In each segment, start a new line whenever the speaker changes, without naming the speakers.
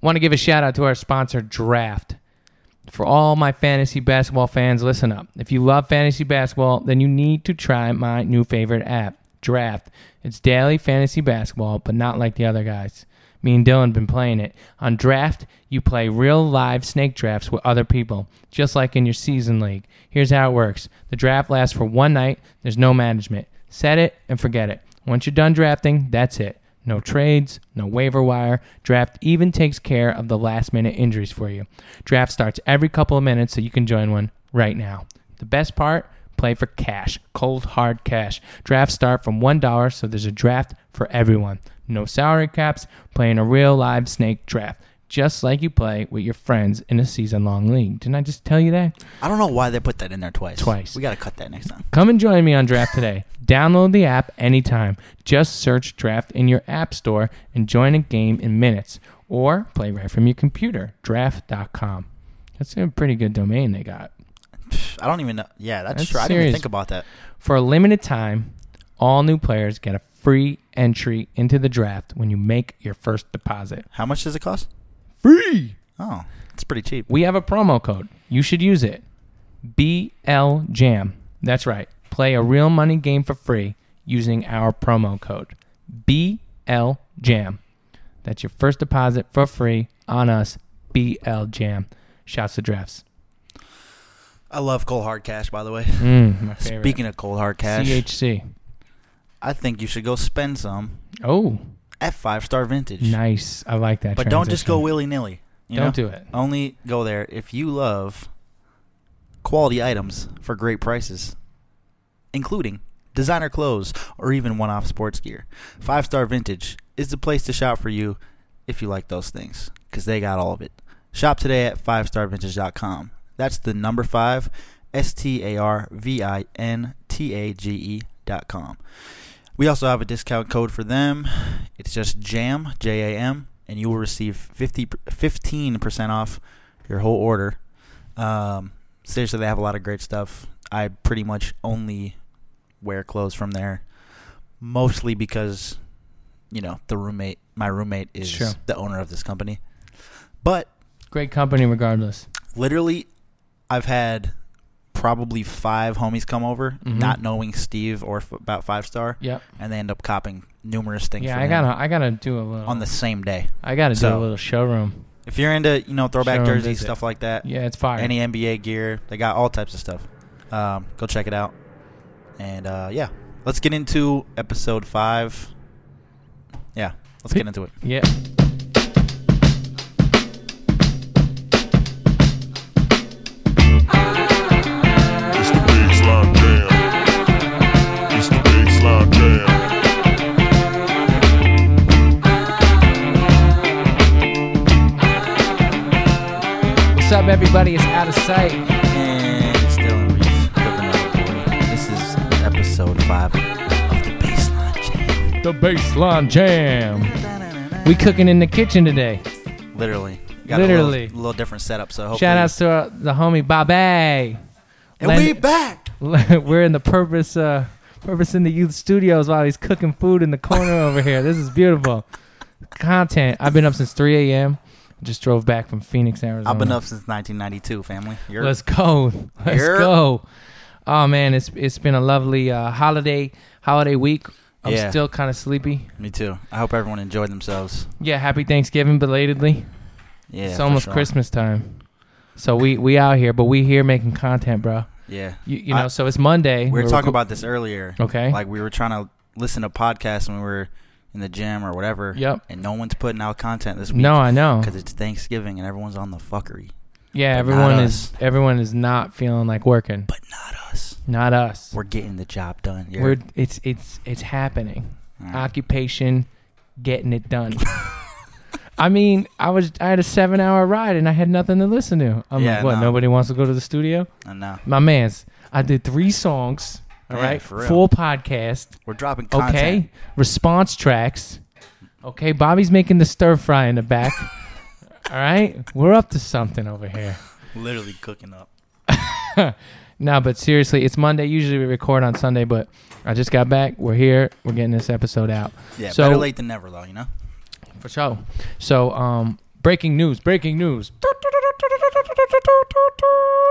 Want to give a shout out to our sponsor, Draft. For all my fantasy basketball fans, listen up. If you love fantasy basketball, then you need to try my new favorite app, Draft. It's daily fantasy basketball, but not like the other guys. Me and Dylan been playing it. On Draft, you play real live snake drafts with other people, just like in your season league. Here's how it works. The draft lasts for one night. There's no management. Set it and forget it. Once you're done drafting, that's it. No trades, no waiver wire. Draft even takes care of the last minute injuries for you. Draft starts every couple of minutes, so you can join one right now. The best part play for cash, cold hard cash. Drafts start from $1, so there's a draft for everyone. No salary caps, playing a real live snake draft, just like you play with your friends in a season long league. Didn't I just tell you that?
I don't know why they put that in there twice.
Twice.
We got to cut that next time.
Come and join me on Draft today. Download the app anytime. Just search Draft in your app store and join a game in minutes or play right from your computer. Draft.com. That's a pretty good domain they got.
Pff, I don't even know. Yeah, that's,
That's
true. I didn't even
serious.
think about that.
For a limited time, all new players get a free entry into the draft when you make your first deposit.
How much does it cost?
Free!
Oh, it's pretty cheap.
We have a promo code. You should use it. BL Jam. That's right. Play a real money game for free using our promo code. BL Jam. That's your first deposit for free on us. BL Jam. Shouts to drafts.
I love cold hard cash, by the way.
Mm, my favorite.
Speaking of cold hard cash, I
CHC.
think you should go spend some
Oh,
at Five Star Vintage.
nice. I like that.
but don't just go
transition.
willy nilly.
Don't do it.
Only go there if you love quality items for great prices, including designer clothes or even one off sports gear. Five Star Vintage is the place to shop for you if you like those things because they got all of it. Shop today at 5starvintage.com. That's the number 5, S T A R V I N T A G E dot com. We also have a discount code for them. It's just JAM, J A M, and you will receive 50, 15% off your whole order. Um, seriously, they have a lot of great stuff. I pretty much only wear clothes from there, mostly because, you know, the roommate, my roommate is
Sure.
the owner of this company. But
Great company, regardless.
literally, I've had probably five homies come over,
Mhm.
not knowing Steve or f- about Five Star
Yep.
and they end up copying numerous things.
Yeah,
from
I
him
gotta, I gotta do a little.
on the same day.
I gotta do
So-
a little showroom.
If you're into you know throwback
Show 'em
jerseys
visit.
stuff like that,
Yeah, it's fire.
any NBA gear, they got all types of stuff. Um, go check it out, and uh, yeah, let's get into episode five. Yeah, let's get into it.
yeah.
It's the baseline jam. It's the baseline jam.
What's up, everybody? It's out of sight.
And it's Dylan Reese, the Vanilla Boy. This is episode five of the Baseline
The baseline jam.
Jam.
We cooking in the kitchen today.
literally, got a little-
Literally.
little, different setup. So hopefully,
Shout outs to uh, the homie Bobby.
and we back.
We're in the purpose, uh, purpose in the youth studios while he's cooking food in the corner over here. This is beautiful content. I've been up since 3 a.m. Just drove back from Phoenix, Arizona.
I've been up since 1992, family. You're,
Let's go. Let's
Yerp.
go. Oh man, it's it's been a lovely uh, holiday holiday week. I'm
Yeah.
still kind of sleepy.
me too. I hope everyone enjoyed themselves.
Yeah, happy Thanksgiving belatedly.
Yeah,
it's
for
almost
sure.
Christmas time. So we we out here, but we here making content, bro.
Yeah,
You, you
I-
know, so it's Monday.
we were
We're
talking
reco-
about this earlier.
Okay.
like we were trying to listen to podcasts when we were in the gym or whatever.
Yep.
And no one's putting out content this week.
No, I know.
because it's Thanksgiving and everyone's on the fuckery,
Yeah,
but not
everyone
us.
is everyone is not feeling like working.
but not us.
Not us.
We're getting the job done. You're-
We're it's it's it's happening.
All right.
occupation getting it done i mean i was i had a seven hour ride and i had nothing to listen to i'm
Yeah,
like what
no.
nobody wants to go to the studio
I know.
my man's i did three songs all
Yeah,
right
for real.
full podcast
We're dropping content.
okay response tracks okay bobby's making the stir fry in the back all right we're up to something over here
Literally cooking up.
no but seriously it's monday usually we record on sunday but i just got back we're here we're getting this episode out
Yeah,
So-
better late than never, though. You know.
For sure. So, um, Breaking news, breaking news.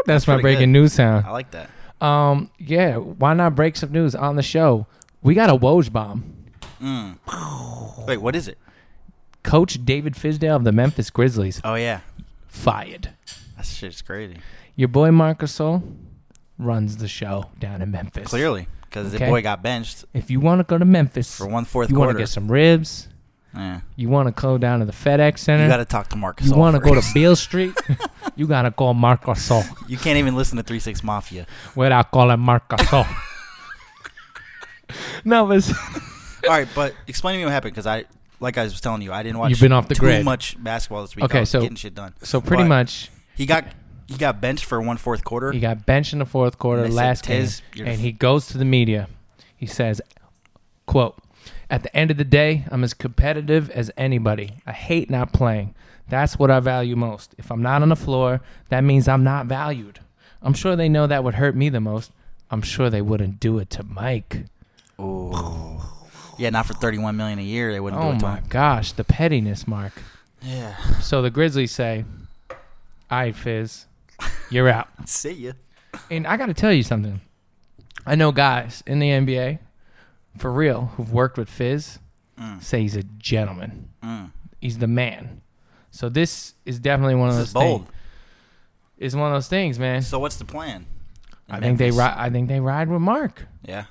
That's my
pretty
breaking
good.
news sound.
I like that.
Um, yeah, why not break some news on the show? We got a Woj bomb.
Mm. Wait, what is it?
Coach David Fizdale of the Memphis Grizzlies
Oh yeah,
fired.
that shit's crazy.
Your boy Marcusol runs the show down in Memphis.
Clearly, because
Okay.
the boy got benched
If you want to go to Memphis
for one fourth
you want
quarter.
to get some ribs,
yeah.
you want to go down to the FedEx Center,
You got to talk to Marcus.
you want to go to
first.
Beale Street, you got to call Marcusol
You can't even listen to Three Six Mafia.
without calling Marcusol. no, but it's-
All right, but explain to me what happened because I, like I was telling you, I didn't watch.
You've been off the
too
grid.
much basketball this week. I
Okay,
was
so-
getting shit done.
so pretty
But
much
he got he got benched for one fourth quarter.
He got benched in the fourth quarter
They said,
last game,
"Tiz, you're
and
f-
he goes to the media. He says, "Quote: At the end of the day, I'm as competitive as anybody. I hate not playing. That's what I value most. If I'm not on the floor, that means I'm not valued. I'm sure they know that would hurt me the most. I'm sure they wouldn't do it to Mike.
Ooh. Yeah, not for thirty one million a year. They wouldn't
Oh
do it to
my
him.
gosh, the pettiness, Mark.
Yeah.
So the Grizzlies say, "All right, Fizz, you're out."
See ya.
And I got to tell you something. I know guys in the NBA, for real, who've worked with Fizz, say he's a gentleman.
Mm.
He's the man. So this is definitely one of
This
those
is bold.
things. It's one of those things, man.
So what's the plan?
I think they
Memphis.
ride. I think they ride with Mark,
Yeah.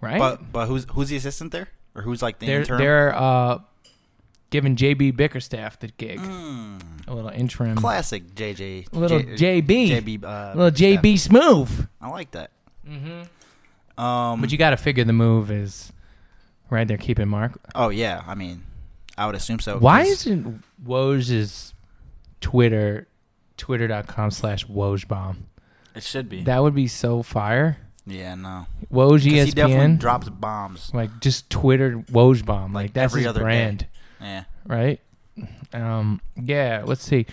right?
But but who's who's the assistant there? Or who's like the
they're
intern?
they're uh, giving JB Bickerstaff the gig,
Mm.
a little interim,
Classic JJ.
Little
J-
JB.
JB. Uh,
little JB smooth.
I like that. Mm-hmm. Um,
But you got to figure the move is right. They're keeping Mark.
oh yeah, I mean, I would assume so.
Why
'cause-
isn't Woj's Twitter, twitter.com slash Wojbomb?
it should be?
That E would be so fire.
yeah, no.
Woj
'Cause He definitely
ESPN,
drops bombs.
like just Twitter Wojbomb. Like,
Like
that's
every
his
other day.
brand,
Yeah.
right? Um, yeah, let's see.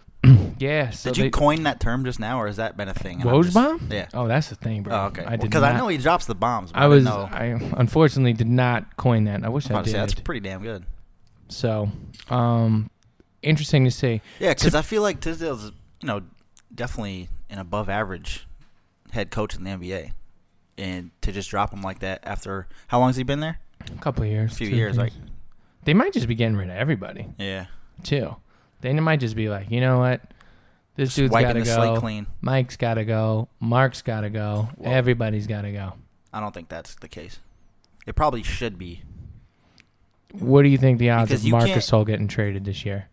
yeah, so
Did you
they,
coin that term just now, or has that been a thing? And I'm
Woj
just-
bomb?
Yeah.
Oh, that's the thing, bro.
Oh, okay.
I did
Because I
not-
know he drops the bombs. But
I was.
Know.
I unfortunately did not coin that. I wish
I'm
I
about to
did.
say, that's pretty damn good.
so, um, interesting to see.
Yeah, because I feel like Tisdale's, you know, definitely an above average head coach in the NBA, and to just drop him like that after how long has he been there?
A couple of years,
A few
two
years,
things.
like
they might just be getting rid of everybody.
yeah,
too. Then it might just be like, you know what? This dude's got
wiping
to
the slate
go.
clean.
Mike's got to go. Mark's got to go.
Well-
Everybody's got to go.
I don't think that's the case. It probably should be.
What do you think the odds
Because
of
you can't-
Marcus Sol getting traded this year?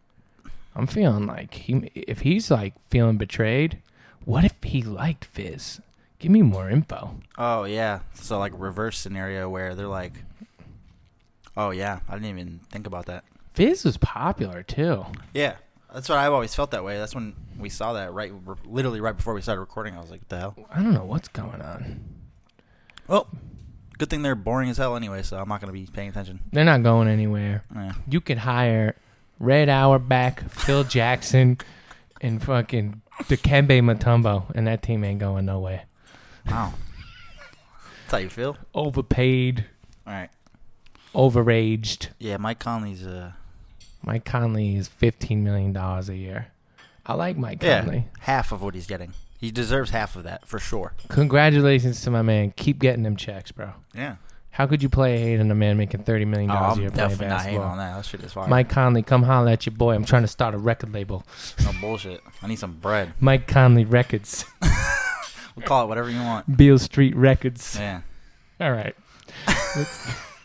I'm feeling like he if he's like feeling betrayed, what if he liked Fizz? Give me more info.
Oh yeah, so like reverse scenario where they're like, oh yeah, I didn't even think about that.
Fizz was popular too.
Yeah, that's what I've always felt that way. That's when we saw that right, literally right before we started recording. I was like, what the hell?
I don't know what's going on.
Well, good thing they're boring as hell anyway, so I'm not going to be paying attention.
They're not going anywhere.
Yeah.
You could hire Red Auerbach, Phil Jackson, and fucking Dikembe Mutombo, and that team ain't going nowhere.
Wow. That's how you feel.
Overpaid,
All right.
overaged.
Yeah, Mike Conley's. Uh,
Mike Conley is fifteen million dollars a year. I like Mike
yeah,
Conley.
half of what he's getting. He deserves half of that for sure.
Congratulations to my man. Keep getting them checks, bro.
Yeah.
How could you play hating a man making thirty million
Oh,
dollars a
I'm
year playing
definitely not hating on
basketball?
that. That shit is fire.
Mike Conley, come holler at your boy. I'm trying to start a record label.
No bullshit. I need some bread.
Mike Conley Records,
We'll call it whatever you want.
Beale Street Records.
Yeah.
All right.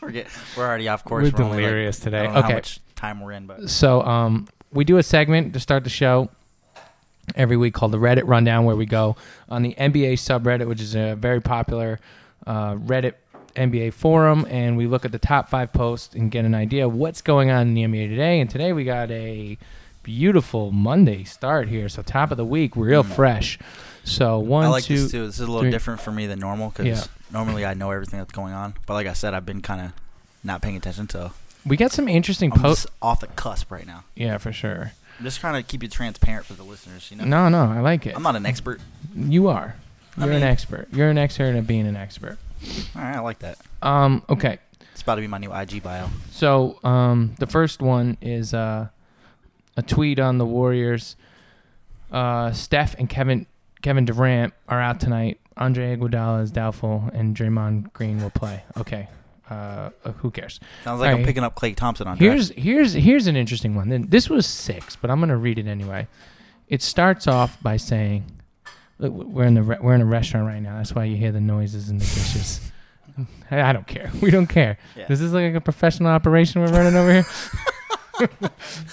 We're, get, we're already off course.
We're
only, like-
delirious today.
I don't know
Okay.
how much time we're in, but.
So um, we do a segment to start the show every week called the Reddit Rundown, where we go on the NBA subreddit, which is a very popular uh, Reddit NBA forum, and we look at the top five posts and get an idea of what's going on in the NBA today. And today we got a beautiful Monday start here, so top of the week, real fresh. So one,
Mm. I like
two,
this too. This is a little
three.
different for me than normal because
Yeah.
normally I know everything that's going on. But like I said, I've been kind of not paying attention, so
we got some interesting
I'm
posts.
just off the cusp right now.
Yeah, for sure.
I'm just trying to keep it transparent for the listeners. You know,
No, no, I like it.
I'm not an expert.
you are.
I
You're an
mean-
expert. You're an expert at being an expert.
All right, I like that.
Um, okay.
It's about to be my new IG bio.
So um, the first one is uh, a tweet on the Warriors. Uh, Steph and Kevin Kevin Durant are out tonight. Andre Iguodala is doubtful, and Draymond Green will play. Okay, uh, who cares?
Sounds like I'm
Alright.
picking up Clay Thompson on draft.
Here's here's here's an interesting one. Then This was six, but I'm gonna read it anyway. It starts off by saying, look, "We're in the re- we're in a restaurant right now. That's why you hear the noises and the dishes." I I don't care. We don't care.
Yeah.
This is like a professional operation we're running over here. what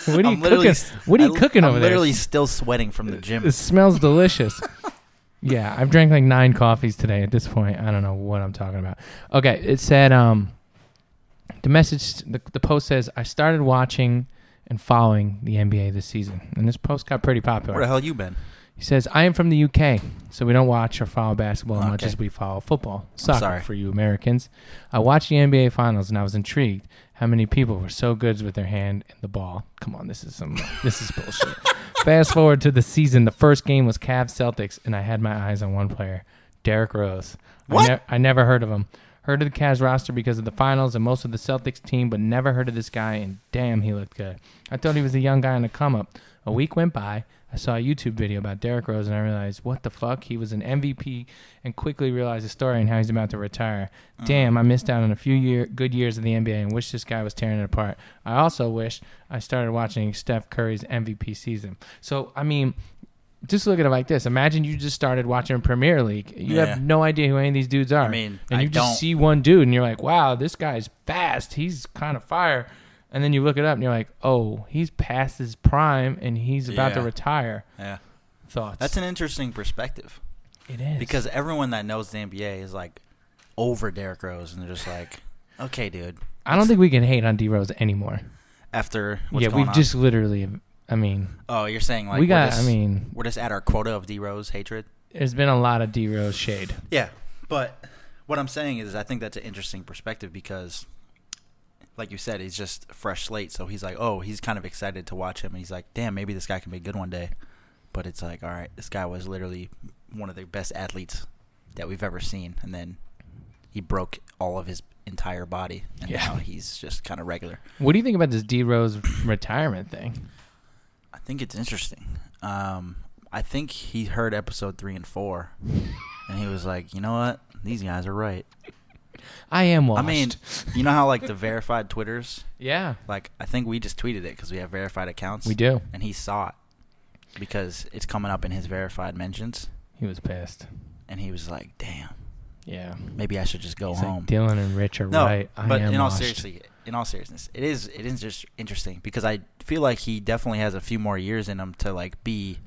are you
I'm literally
cooking?
s-
What are
I
you
l-
cooking
I'm
over there?
literally still sweating from the gym.
It smells delicious. yeah, I've drank like nine coffees today. At this point, I don't know what I'm talking about. Okay, it said um, the message. The, the post says I started watching and following the NBA this season, and this post got pretty
Where the
popular.
hell you been?
He says I am from the UK, so we don't watch or follow basketball as much
Okay.
as we follow football. Soccer
sorry.
for you Americans. I watched the NBA finals and I was intrigued how many people were so good with their hand and the ball. Come on, this is some this is bullshit. Fast forward to the season. The first game was Cavs Celtics, and I had my eyes on one player, Derrick Rose.
What?
I, ne- I never heard of him. Heard of the Cavs roster because of the finals and most of the Celtics team, but never heard of this guy, and damn, he looked good. I thought he was a young guy on the come up. A week went by. I saw a YouTube video about Derrick Rose, and I realized, what the fuck? He was an MVP, and quickly realized the story and how he's about to retire. Damn, I missed out on a few year good years of the NBA and wish this guy was tearing it apart. I also wish I started watching Steph Curry's MVP season. So, I mean, just look at it like this. Imagine you just started watching Premier League. You
Yeah.
have no idea who any of these dudes are.
mean,
and
I
you just
don't.
see one dude and you're like, wow, this guy's fast. He's kind of fire. And then you look it up and you're like, oh, he's past his prime and he's about to
Yeah.
retire.
Yeah,
Thoughts?
that's an interesting perspective
it is
because everyone that knows the NBA is like over Derrick Rose, and they're just like, okay, dude.
I don't think we can hate on D Rose anymore.
After what's
yeah,
going
we've
on.
just literally. I mean,
Oh, you're saying like
we
we're
got.
just-
I mean,
we're just at our quota of D Rose hatred.
there's been a lot of D Rose shade.
Yeah, but what I'm saying is, I think that's an interesting perspective because, like you said, he's just a fresh slate. So he's like, oh, he's kind of excited to watch him, and he's like, damn, maybe this guy can be good one day. But it's like, all right, this guy was literally one of the best athletes that we've ever seen, and then he broke all of his entire body, and
Yeah.
now he's just kind of regular.
What do you think about this D Rose retirement thing?
I think it's interesting. Um, I think he heard episode three and four, and he was like, you know what, these guys are right.
I am
I
washed.
mean, you know how like the verified Twitters,
yeah,
like I think we just tweeted it because we have verified accounts.
we do.
and he saw it because it's coming up in his verified mentions,
He was pissed.
and he was like, "Damn,
Yeah,
maybe I should just go
He's like,
home."
Dylan and Rich are
no,
right. I
but
am
in all
washed.
seriously, in all seriousness, it is it is just interesting because I feel like he definitely has a few more years in him to like be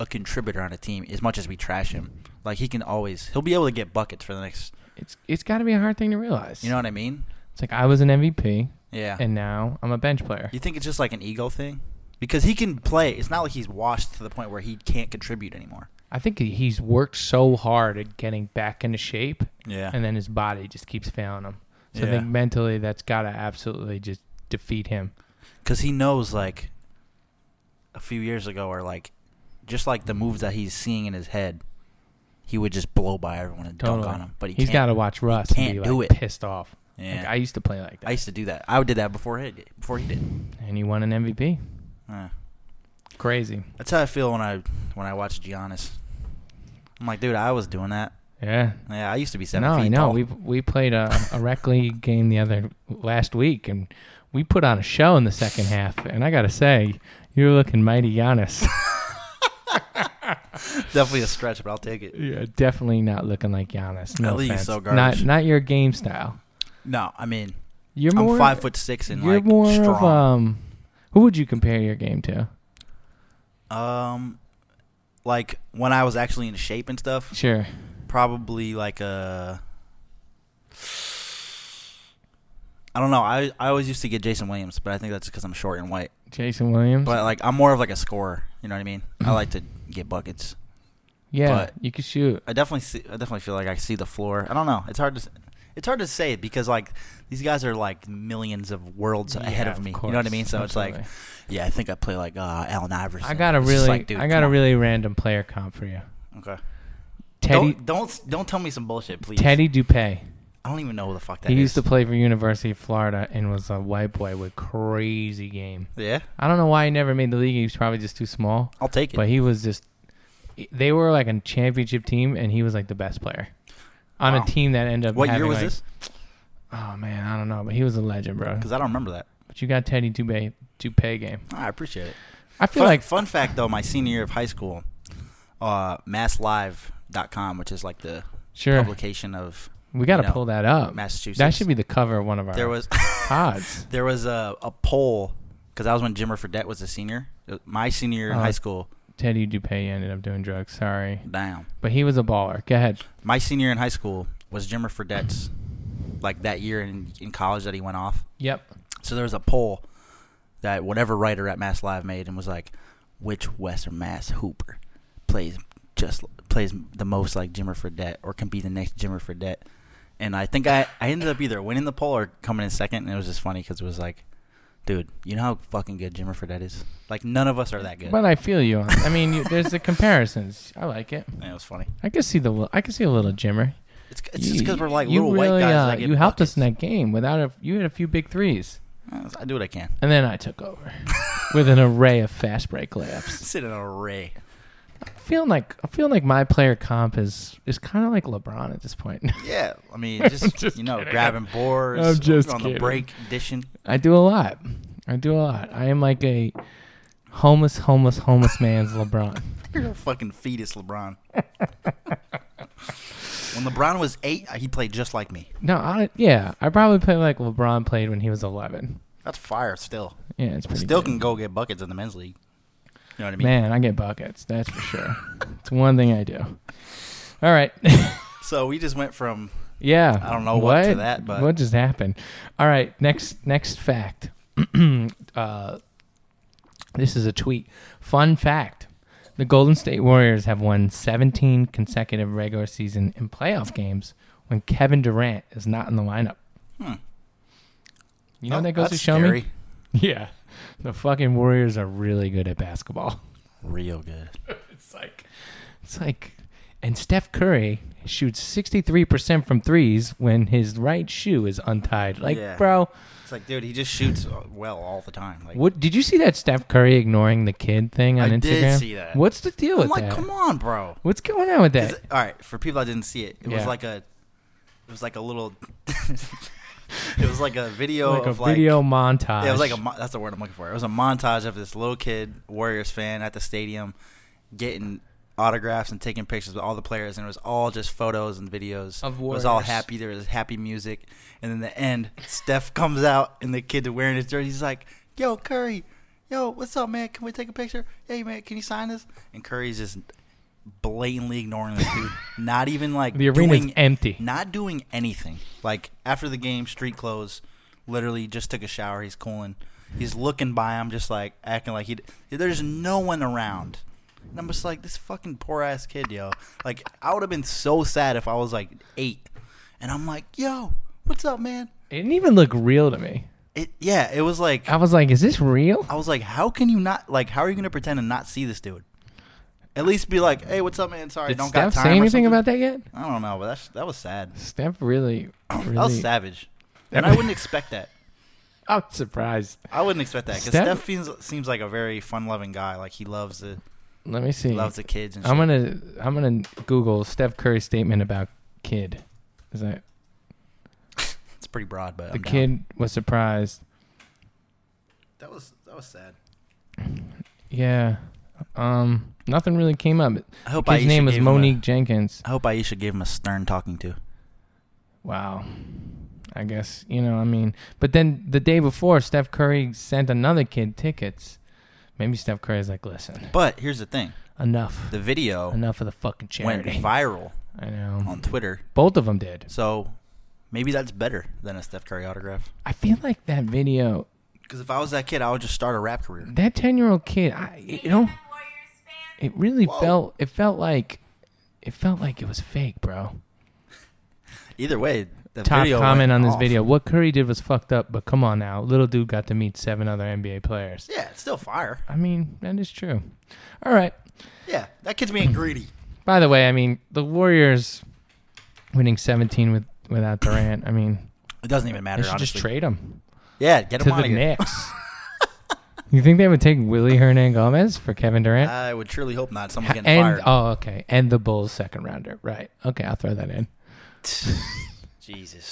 a contributor on a team. As much as we trash him, like he can always he'll be able to get buckets for the next.
it's it's got to be a hard thing to realize.
You know what I mean?
it's like I was an MVP
Yeah.
and now I'm a bench player.
You think it's just like an ego thing? Because he can play. It's not like he's washed to the point where he can't contribute anymore.
I think he- he's worked so hard at getting back into shape,
Yeah.
and then his body just keeps failing him. So I
Yeah.
think mentally, that's got to absolutely just defeat him.
Because he knows, like, a few years ago, or like, just like the moves that he's seeing in his head, he would just blow by everyone and
Totally.
dunk on him. But he
has
can't.
got to watch Russ and
can't
be
do
like
it.
pissed off.
Yeah.
Like, I used to play like that,
I used to do that. I did that before he did. Before he did.
and he won an MVP.
Yeah.
Crazy.
That's how I feel when I when I watch Giannis. I'm like, dude, I was doing that.
Yeah.
Yeah, I used to be seven
No,
feet
I know.
tall.
We we played a, a rec league game the other last week, and we put on a show in the second half. And I gotta say, you're looking mighty Giannis.
Definitely a stretch, but I'll take it.
you're definitely not looking like Giannis. No
That league is
offense.
so
Not
garbage.
not your game style.
No, I mean,
You're
I'm
more.
five foot six and
You're
like
more
strong.
of um. Who would you compare your game to?
Um, like when I was actually in shape and stuff,
Sure.
probably like uh, a. I don't know. I I always used to get Jason Williams, but I think that's because I'm short and white.
Jason Williams.
But like I'm more of like a scorer. You know what I mean? I like to get buckets.
yeah,
but-
you could shoot.
I definitely see. I definitely feel like I see the floor. I don't know. It's hard to. s- It's hard to say because like these guys are like millions of worlds ahead
Yeah,
of
of
me. you know what I
course.
mean? So it's like,
Absolutely.
yeah, I think I play like uh, Allen Iverson.
I got a
It's just
really,
like, dude,
I got a
come on.
really random player comp for you.
okay.
Teddy
don't, don't don't tell me some bullshit, please.
Teddy Dupay.
I don't even know who the fuck that
He
is.
used to play for University of Florida and was a white boy with crazy game.
Yeah,
I don't know why he never made the league. He was probably just too small.
I'll take it.
But he was just. They were like a championship team, and he was like the best player on
Wow.
a team that ended up.
what year
having,
was
like-
this?
Oh man, I don't know, but he was a legend, bro.
Because I don't remember that. Ah,
But you got Teddy Dubay, Dupay game.
I appreciate it.
I feel
Fun,
like
fun fact though, my senior year of high school, uh, masslive.com, which is like the
sure
publication of
we got
you
to
know,
pull that up.
Massachusetts.
That should be the cover of one of our
there was
pods.
there was a, a poll because that was when Jim Fredette was a senior. It- My senior year in
Oh.
high school,
Teddy Dupay ended up doing drugs. Sorry,
damn.
but he was a baller. Go ahead.
My senior year in high school was Jimmer Fredette's, like that year in, in college that he went off.
Yep.
So there was a poll that whatever writer at Mass Live made and was like, which Western Mass hooper plays just plays the most like Jimmer Fredette or can be the next Jimmer Fredette. And I think I, I ended up either winning the poll or coming in second, and it was just funny because it was like, dude, you know how fucking good Jimmer Fredette is. Like none of us are that good.
But uh, I feel you. on I mean, you, there's the comparisons. I like it.
And it was funny.
I can see the. li- I can see a little Jimmer.
It's, it's just
You-
because we're like
you
little white guys.
uh,
that get
you helped
buckets.
us in that game. Without a, you had a few big threes,
I do what I can.
and then I took over with an array of fast break layups.
Sit in an array.
I'm feeling like I'm feeling like my player comp is is kind of like LeBron at this point.
Yeah, I mean,
I'm
just,
just
you know,
kidding.
grabbing boards.
I'm just
on the
kidding.
break, dishing.
I do a lot. I do a lot. I am like a homeless, homeless, homeless man's LeBron.
You're a fucking fetus, LeBron. when LeBron was eight, uh, he played just like me.
No, I, yeah, I probably play like LeBron played when he was 11.
That's fire. Still,
Yeah, it's pretty
still
good.
can go get buckets in the men's league. You know what I mean?
Man, I get buckets. That's for sure. it's one thing I do. All right.
So we just went from
yeah.
I don't know what to that, but-
what just happened? All right. Next next fact. uh, this is a tweet. Fun fact: The Golden State Warriors have won 17 consecutive regular season and playoff games when Kevin Durant is not in the lineup.
Hmm.
You know
Oh,
what that goes to
that's
show
scary.
me. Yeah, the fucking Warriors are really good at basketball.
Real good.
It's like, it's like, and Steph Curry shoots 63% from threes when his right shoe is untied. Like,
Yeah.
bro,
It's like, dude, he just shoots uh, well all the time. Like,
what did you see that Steph Curry ignoring the kid thing on
I
Instagram?
did see that.
What's the deal
I'm
with
like,
that?
come on, bro.
What's going on with
'Cause-
that?
all right, for people that didn't see it, it was
Yeah.
like a, it was like a little, it was like a video
like a
of like
video montage.
Yeah, it was like a mo- that's the word I'm looking for. It was a montage of this little kid Warriors fan at the stadium getting autographs and taking pictures with all the players, and it was all just photos and videos.
Of
it was all
Warriors.
happy. There was happy music, and then the end, Steph comes out and the kid wearing his jersey. He's like, "Yo, Curry, yo, what's up, man? Can we take a picture? Hey, man, can you sign this?" And Curry's just blatantly ignoring this dude, not even like
the arena's
doing
empty.
not doing anything. Like after the game, street clothes, literally just took a shower. He's cooling. He's looking by him, just like acting like he. There's no one around, and I'm just like this fucking poor ass kid, yo. Like I would have been so sad if I was like eight, and I'm like, yo, what's up, man?
It didn't even look real to me.
It yeah, it was like
I was like, is this real?
I was like, how can you not like? How are you gonna pretend and not see this dude? At least be like, hey, what's up, man? Sorry,
Did
don't
Steph
got time.
say
or
anything
something."
about that yet?
I don't know, but that's that was sad.
Steph really, really.
That was savage, and I wouldn't expect that.
I'm surprised.
I wouldn't expect that because
Steph-
Steph seems, seems like a very fun-loving guy. Like he loves the
Let me see.
loves the kids and shit.
I'm gonna I'm gonna Google Steph Curry's statement about kid. Is that
it's pretty broad, but
the
I'm down.
kid was surprised?
that was that was sad.
Yeah. Um. Nothing really came up.
I hope
His
Aisha
name is
gave him a-
Monique Jenkins.
I hope Aisha gave him a stern talking to.
Wow. I guess you know. I mean, but then the day before, Steph Curry sent another kid tickets. Maybe Steph Curry's like, listen,
But here's the thing:
enough,
the video
enough of the fucking
went
charity.
viral
I know.
on Twitter,
Both of them did.
so maybe that's better than a Steph Curry autograph.
I feel like that video,
Because if I was that kid, I would just start a rap career.
that ten year old kid, I you know.
Warriors fan.
It really
Whoa.
felt. It felt like. It felt like it was fake, bro.
Either way, the
Top
video
comment
went
on this
off.
video: What Curry did was fucked up, but come on now, little dude got to meet seven other NBA players.
Yeah, it's still fire.
I mean, that is true. All right.
Yeah, that kid's being greedy.
By the way, I mean the Warriors winning 17 with without Durant. I mean,
It doesn't even
they
matter.
should
Honestly.
just trade him
Yeah, get
to
him
the
out of here.
Knicks. you think they would take Willie Hernan Gomez for Kevin Durant?
I would surely hope not. Someone getting
and
fired.
oh, okay, and the Bulls second rounder, right? Okay, I'll throw that in. uh,
Jesus.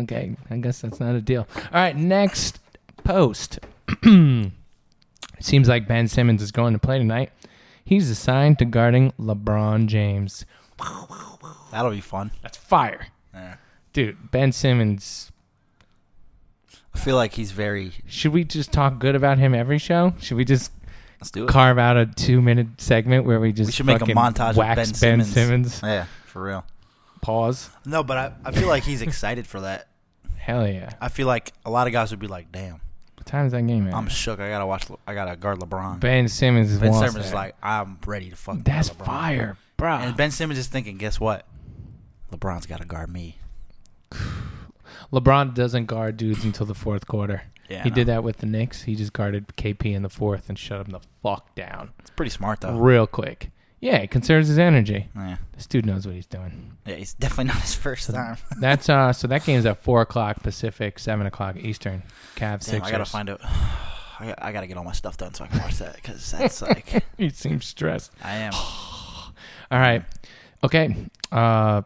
Okay, I guess that's not a deal. All right, next post. it seems like Ben Simmons is going to play tonight. He's assigned to guarding LeBron James.
That'll be fun.
That's fire,
Yeah.
dude. Ben Simmons.
I feel like he's very.
Should we just talk good about him every show? Should we just
Let's do it.
carve out a two-minute segment where we just
we should make a
fucking
montage of
wax
Ben Simmons.
Simmons?
Yeah, for real.
Pause.
No, but I, I feel like he's excited for that.
Hell yeah.
I feel like a lot of guys would be like, "Damn,
What time is that game at?
I'm shook. I gotta watch. Le- I gotta guard LeBron." Ben,
ben Simmons is lost
Simmons is
there.
like, "I'm ready to fuck." guard
that's
LeBron."
fire, bro.
And Ben Simmons is thinking, "Guess what? LeBron's gotta guard me."
LeBron doesn't guard dudes until the fourth quarter.
Yeah, I
he
know.
did that with the Knicks. He just guarded KP in the fourth and shut him the fuck down
It's pretty smart though.
real quick. Yeah, it conserves his energy.
yeah,
This dude knows what he's doing.
yeah. It's definitely not his first time.
That's uh. So that game's at four o'clock Pacific, seven o'clock Eastern. Cavs
Damn,
Sixers.
I gotta find out. I got- I gotta get all my stuff done so I can watch that because that's like
He seems stressed.
I am.
All right. Okay. Uh,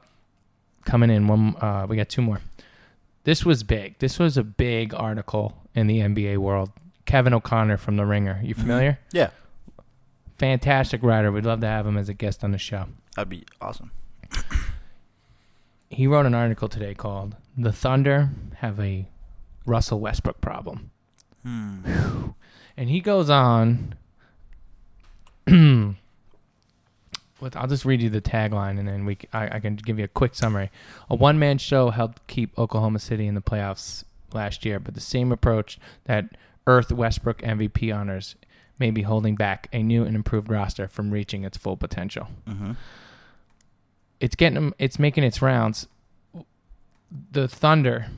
coming in one. Uh, we got two more. This was big. This was a big article in the NBA world. Kevin O'Connor from The Ringer. You familiar?
Yeah,
Fantastic writer. We'd love to have him as a guest on the show.
that'd be awesome.
He wrote an article today called "The Thunder Have a Russell Westbrook Problem,"
Hmm.
and he goes on. with, I'll just read you the tagline, and then we c- I, I can give you a quick summary. A one man show helped keep Oklahoma City in the playoffs last year, but the same approach that Earth Westbrook MVP honors may be holding back a new and improved roster from reaching its full potential.
Mm-hmm.
it's getting them it's making its rounds the thunder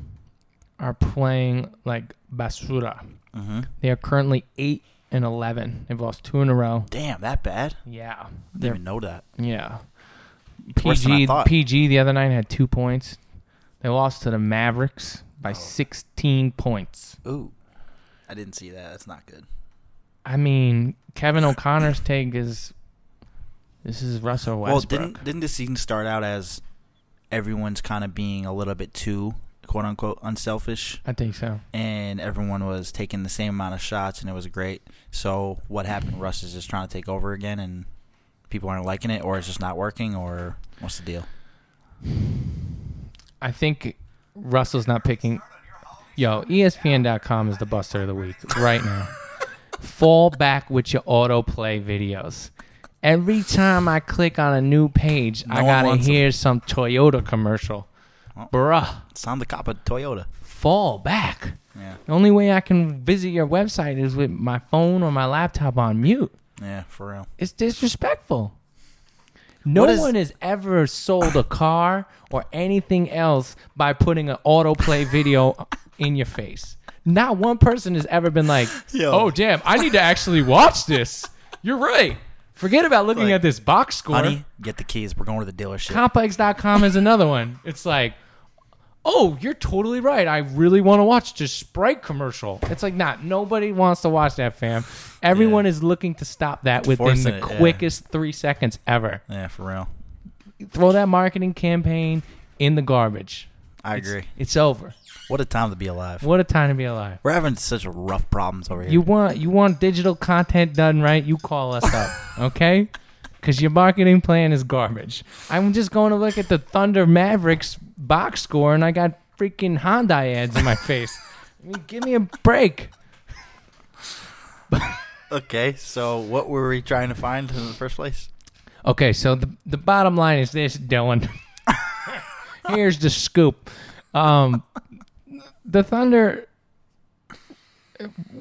are playing like basura
Mm-hmm.
they are currently 8 and 11 they've lost two in a row
Damn, that bad?
yeah
I
They're-
didn't even know that.
yeah
Worse than I
pg
thought.
pg the other night had two points they lost to the mavericks by
Oh.
16 points
Ooh, I didn't see that. That's not good.
i mean kevin o'connor's take is this is russell
Well,
westbrook
didn't didn't this season start out as everyone's kind of being a little bit too quote unquote unselfish,
i think so
and everyone was taking the same amount of shots, and it was great. So what happened? Russ is just trying to take over again, and people aren't liking it, or it's just not working, or what's the deal?
I think Russell's not picking. Yo, E ESPN.com is the buster of the week right now. Fall back with your autoplay videos. Every time I click on a new page,
No
I
one
gotta
wants Oh. 'em.
hear some Toyota commercial.
Well.
Bruh,
Sound the cop of Toyota.
fall back.
Yeah,
The only way I can visit your website is with my phone or my laptop on mute.
yeah, for real.
It's disrespectful. No
What is-
one has ever sold a car or anything else by putting an autoplay video in your face. Not one person has ever been like,
Yo.
"Oh damn, I need to actually watch this." You're right. Forget about looking
Like,
at this box score.
Honey, get the keys. We're going to the dealership.
Complex.com is another one. It's like, "Oh, you're totally right. I really want to watch this Sprite commercial." It's like, "Not nah, nobody wants to watch that, fam." Everyone
Yeah.
is looking to stop that within
Forcing
the
it, yeah.
quickest 3 seconds ever
yeah, for real.
throw that marketing campaign in the garbage.
I agree.
It's over.
What a time to be alive.
What a time to be alive.
We're having such rough problems over here.
You want you want digital content done right? You call us up, okay? Because your marketing plan is garbage. I'm just going to look at the Thunder Mavericks box score, and I got freaking Hyundai ads in my face. I mean, give me a break.
Okay, so what were we trying to find in the first place?
Okay, so the the bottom line is this, Dylan. Here's the scoop. Um, the Thunder.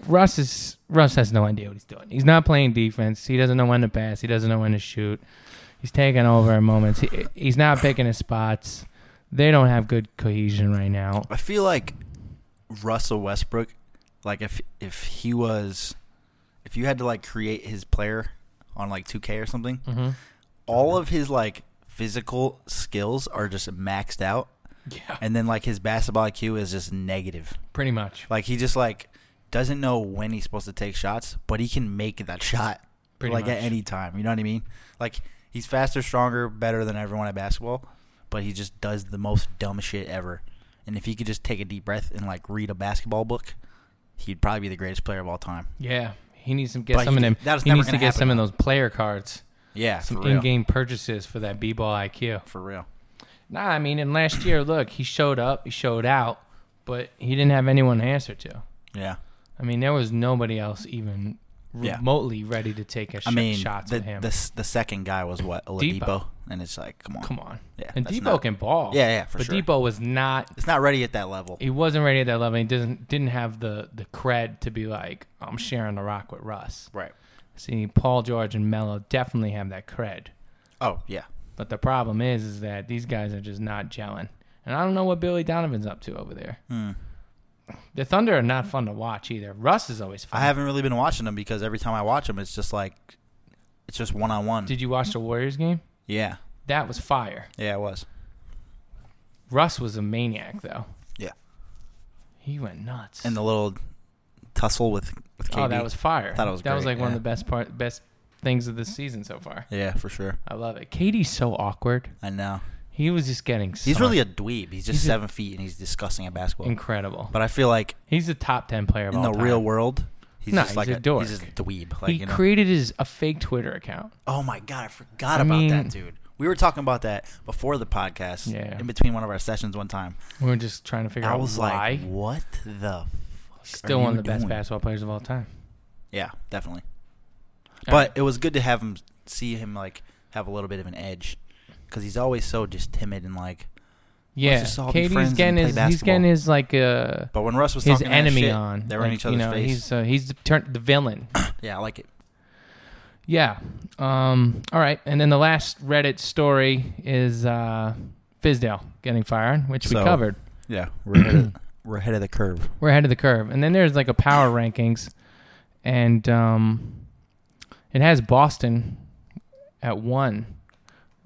Russ is Russ has no idea what he's doing. He's not playing defense. He doesn't know when to pass. He doesn't know when to shoot. He's taking over at moments. He, he's not picking his spots. They don't have good cohesion right now.
I feel like Russell Westbrook, like if if he was, if you had to like create his player on like 2K or something,
hmm
all of his like physical skills are just maxed out,
Yeah.
and then like his basketball IQ is just negative.
Pretty much.
Like he just like doesn't know when he's supposed to take shots, but he can make that shot
Pretty
like
much.
at any time. You know what I mean? Like he's faster, stronger, better than everyone at basketball, but he just does the most dumb shit ever. And if he could just take a deep breath and like read a basketball book, he'd probably be the greatest player of all time.
Yeah. He needs to get
But
some
he-
of them.
that was
He
never
needs to
gonna
get some of
happen.
those player cards.
Yeah,
Some
for real.
in-game purchases for that b-ball IQ.
For real.
Nah, I mean, and last year, look, he showed up, he showed out, but he didn't have anyone to answer to.
Yeah.
I mean, there was nobody else even
Yeah.
remotely ready to take a sh-
I mean,
shots
the,
with him.
the s- the second guy was what Oladipo,
Depot.
and it's like, come on,
Come on,
Yeah,
and
that's
Debo
not-
can ball.
Yeah, yeah, for
but
sure.
Debo was not.
it's not ready at that level.
He wasn't ready at that level. He doesn't didn't have the the cred to be like, I'm sharing the rock with Russ.
Right.
See, Paul George and Melo definitely have that cred.
Oh yeah,
But the problem is, is that these guys are just not gelling. And I don't know what Billy Donovan's up to over there.
Hmm.
The Thunder are not fun to watch either. Russ is always fun.
I haven't really been watching them because every time I watch them, it's just like, it's just one on one.
Did you watch the Warriors game?
Yeah,
That was fire.
yeah, it was.
Russ was a maniac though.
Yeah,
He went nuts.
and the little tussle with with KD.
oh, that was fire.
Thought it was
that was
great,
like one of
yeah.
the best part, best things of this season so far.
Yeah, for sure.
I love it. Katie's so awkward.
I know.
He was just getting.
He's
so
really a dweeb. He's just
He's a-
seven feet and he's disgusting at basketball.
incredible.
But I feel like
He's a top ten player of
in
all
the
time.
real world, he's
No,
just
he's
like
a
a,
dork.
he's just a dweeb. Like
he
you know.
created his a fake Twitter account.
Oh my god, I forgot
I
about
mean-
that dude. We were talking about that before the podcast.
Yeah.
In between one of our sessions one time.
We were just trying to figure
I
out
was
why.
like, what the fuck
Still
are
one of
you
the best
doing?
basketball players of all time.
Yeah, definitely.
All
but
right.
it was good to have him see him like have a little bit of an edge cuz he's always so just timid and like
yeah,
just all be
Katie's
friends and
getting
play
his he's
basketball.
getting his like uh
but when Russ was
his
talking
enemy
that shit,
on.
they were in
Like,
each other's
you know,
face.
He's uh, he's the, turn, the villain.
yeah, I like it.
yeah. Um. All right. And then the last Reddit story is uh, Fizdale getting fired, which we
So-
covered.
Yeah, we're ahead of, we're ahead of the curve.
We're ahead of the curve. And then there's like a power rankings, and um, it has Boston at one,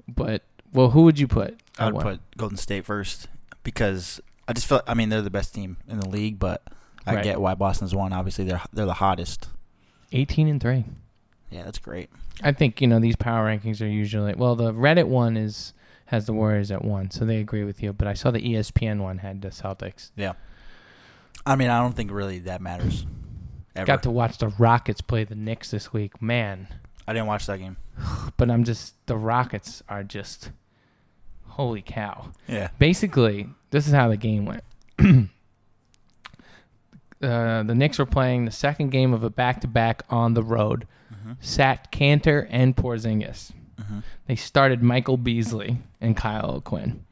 but well, who would you put? at
I would
one?
put Golden State first because I just feel I mean they're the best team in the league, but I
Right.
get why Boston's won. Obviously, they're they're the hottest.
eighteen and three.
Yeah, that's great.
I think you know these power rankings are usually well. The Reddit one is has the Warriors at one, so they agree with you. But I saw the E ESPN one had the Celtics.
Yeah. I mean, I don't think really that matters. Ever.
Got to watch the Rockets play the Knicks this week, man.
I didn't watch that game.
But I'm just the Rockets are just holy cow.
Yeah.
Basically, this is how the game went. uh, the Knicks were playing the second game of a back-to-back on the road.
Mm-hmm.
Sat Cantor and Porzingis. They started Michael Beasley and Kyle Quinn.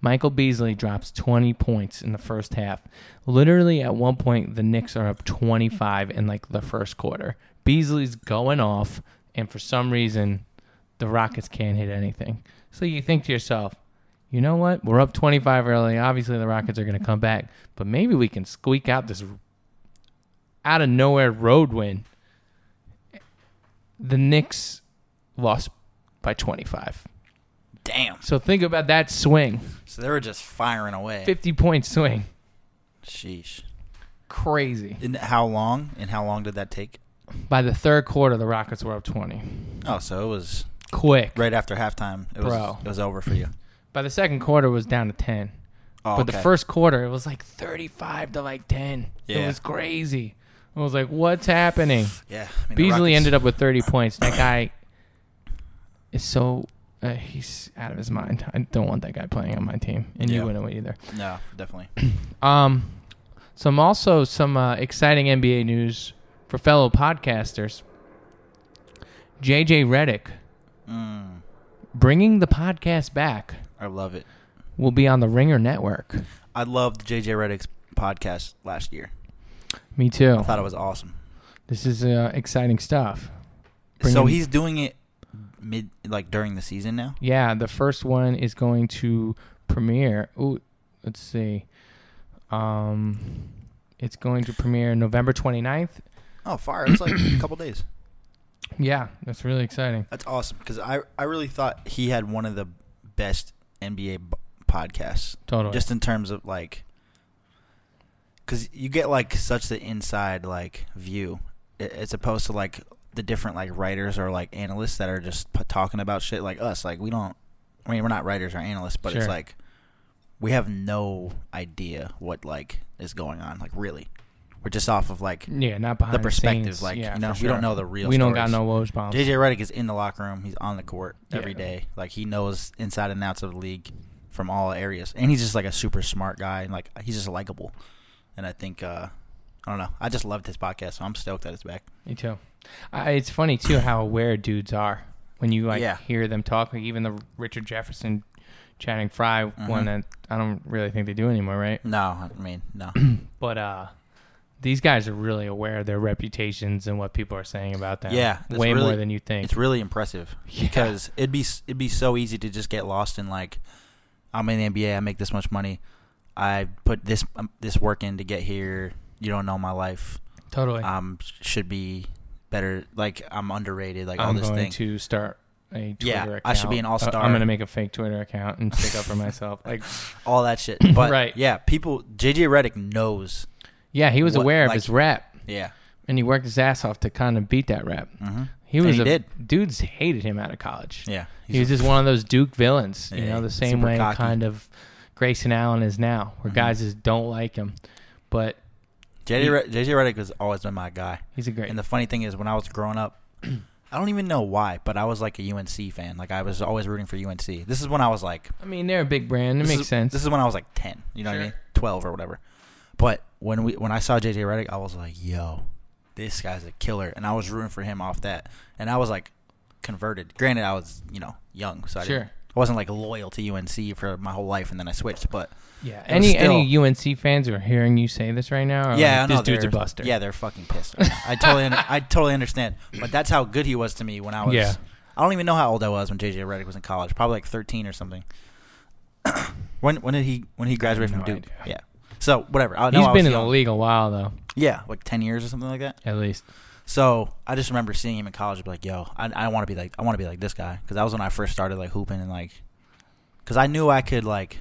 Michael Beasley drops 20 points in the first half. Literally, at one point, the Knicks are up 25 in like the first quarter. Beasley's going off, and for some reason, the Rockets can't hit anything. So you think to yourself, you know what? We're up 25 early. Obviously, the Rockets are going to come back, but maybe we can squeak out this out of nowhere road win. The Knicks lost by 25.
Damn.
So think about that swing,
So they were just firing away.
50 point swing.
Sheesh.
Crazy.
And how long? And how long did that take?
By the third quarter, the Rockets were up 20.
Oh, so it was
Quick.
right after halftime. It was
Bro.
it was over for you.
By the second quarter, it was down to 10.
Oh,
but the
okay.
first quarter, it was like 35 to like 10. It
Yeah.
was crazy. I was like, what's happening?
yeah, I mean, the
Beasley
Rockets-
ended up with 30 points. That guy is so. Uh, he's out of his mind. I don't want that guy playing on my team, and
Yeah.
you wouldn't either.
No, definitely.
Um, some also some uh, exciting NBA news for fellow podcasters. JJ Reddick
Mm,
bringing the podcast back
I love it.
will be on the Ringer Network.
I loved JJ Reddick's podcast last year.
Me too.
I thought it was awesome.
This is uh, exciting stuff. Bring
so
him-
he's doing it mid like during the season now.
Yeah, the first one is going to premiere. Ooh, let's see. Um, it's going to premiere November 29th.
Oh, fire! It's like a couple days.
Yeah, that's really exciting.
That's awesome because I I really thought he had one of the best NBA b- podcasts,
Totally.
just in terms of like, because you get like such the inside like view, a- as opposed to like the different like writers or like analysts that are just p- talking about shit like us. Like we don't, I mean, we're not writers or analysts, but it's
Sure.
like we have no idea what like is going on. Like really, we're just off of like
yeah, not behind
the perspective.
scenes.
Like
yeah,
you know,
for
we
sure.
don't know the real.
We don't got
stories.
no woes bombs.
JJ Redick is in the locker room. He's on the court every
Yeah.
day. Like he knows inside and outs of the league from all areas, and he's just like a super smart guy. And like he's just likable. And I think uh, I don't know. I just loved his podcast, so I'm stoked that it's back.
Me too. I, it's funny too how aware dudes are when you like
Yeah.
hear them talk. Like even the Richard Jefferson, Channing Frye one that I don't really think they do anymore, right?
Mm-hmm. No, I mean no.
But uh, these guys are really aware of their reputations and what people are saying about them.
yeah, it's
way
really-
more than you think.
It's really impressive
Yeah.
because it'd be s- it'd be so easy to just get lost in like I'm in the NBA. I make this much money. I put this um, this work in to get here. You don't know my life.
totally.
um should be better like I'm underrated like all
I'm
this
going
thing.
to start a Twitter
Yeah,
account.
I should be an
Uh,
all-star.
I'm gonna make a fake Twitter account and stick up for myself. Like,
all that shit. But
Right.
yeah, people JJ Redick knows.
yeah, he was
What-
aware
like-
of his rap,
Yeah.
and he worked his ass off to kind of beat that rap.
Mm-hmm.
He was
he
a,
did.
dudes hated him out of college.
Yeah.
he was just one of those Duke villains, you
Yeah,
know, the same
super
way
cocky. Mm-hmm.
kind of Grayson Allen is now, where guys just don't like him. But
JJ Re- JJ Redick has always been my guy.
he's a great.
And the funny thing is when I was growing up I don't even know why, but I was like a UNC fan. Like I was always rooting for UNC. This is when I was like
I mean, they're a big brand. It
this
makes
is-
sense.
This is when I was like 10, you know what I
Sure.
mean? 12 or whatever. But when we when I saw JJ Redick, I was like, "Yo, this guy's a killer." And I was rooting for him off that. And I was like converted. Granted, I was, you know, young, so I, didn't,
Sure.
I wasn't like loyal to UNC for my whole life and then I switched, but
yeah.
it was
Any
still-
any UNC fans who are hearing you say this right now? Are like,
yeah, I know,
this Um, dude's a
they're-
buster.
Yeah, they're fucking pissed. right now. I totally under- I totally understand. But that's how good he was to me when I was
Yeah.
I don't even know how old I was when JJ Redick was in college. Probably like 13 or something. when when did he when he graduated from
no
Duke?
idea.
Yeah. So, whatever. I know
he's
I was
been in
young.
the league a while though,
Yeah, like 10 years or something like that.
at least.
So I just remember seeing him in college, and be like, "Yo, I, I want to be like, I want to be like this guy," because that was when I first started like hooping and like, because I knew I could like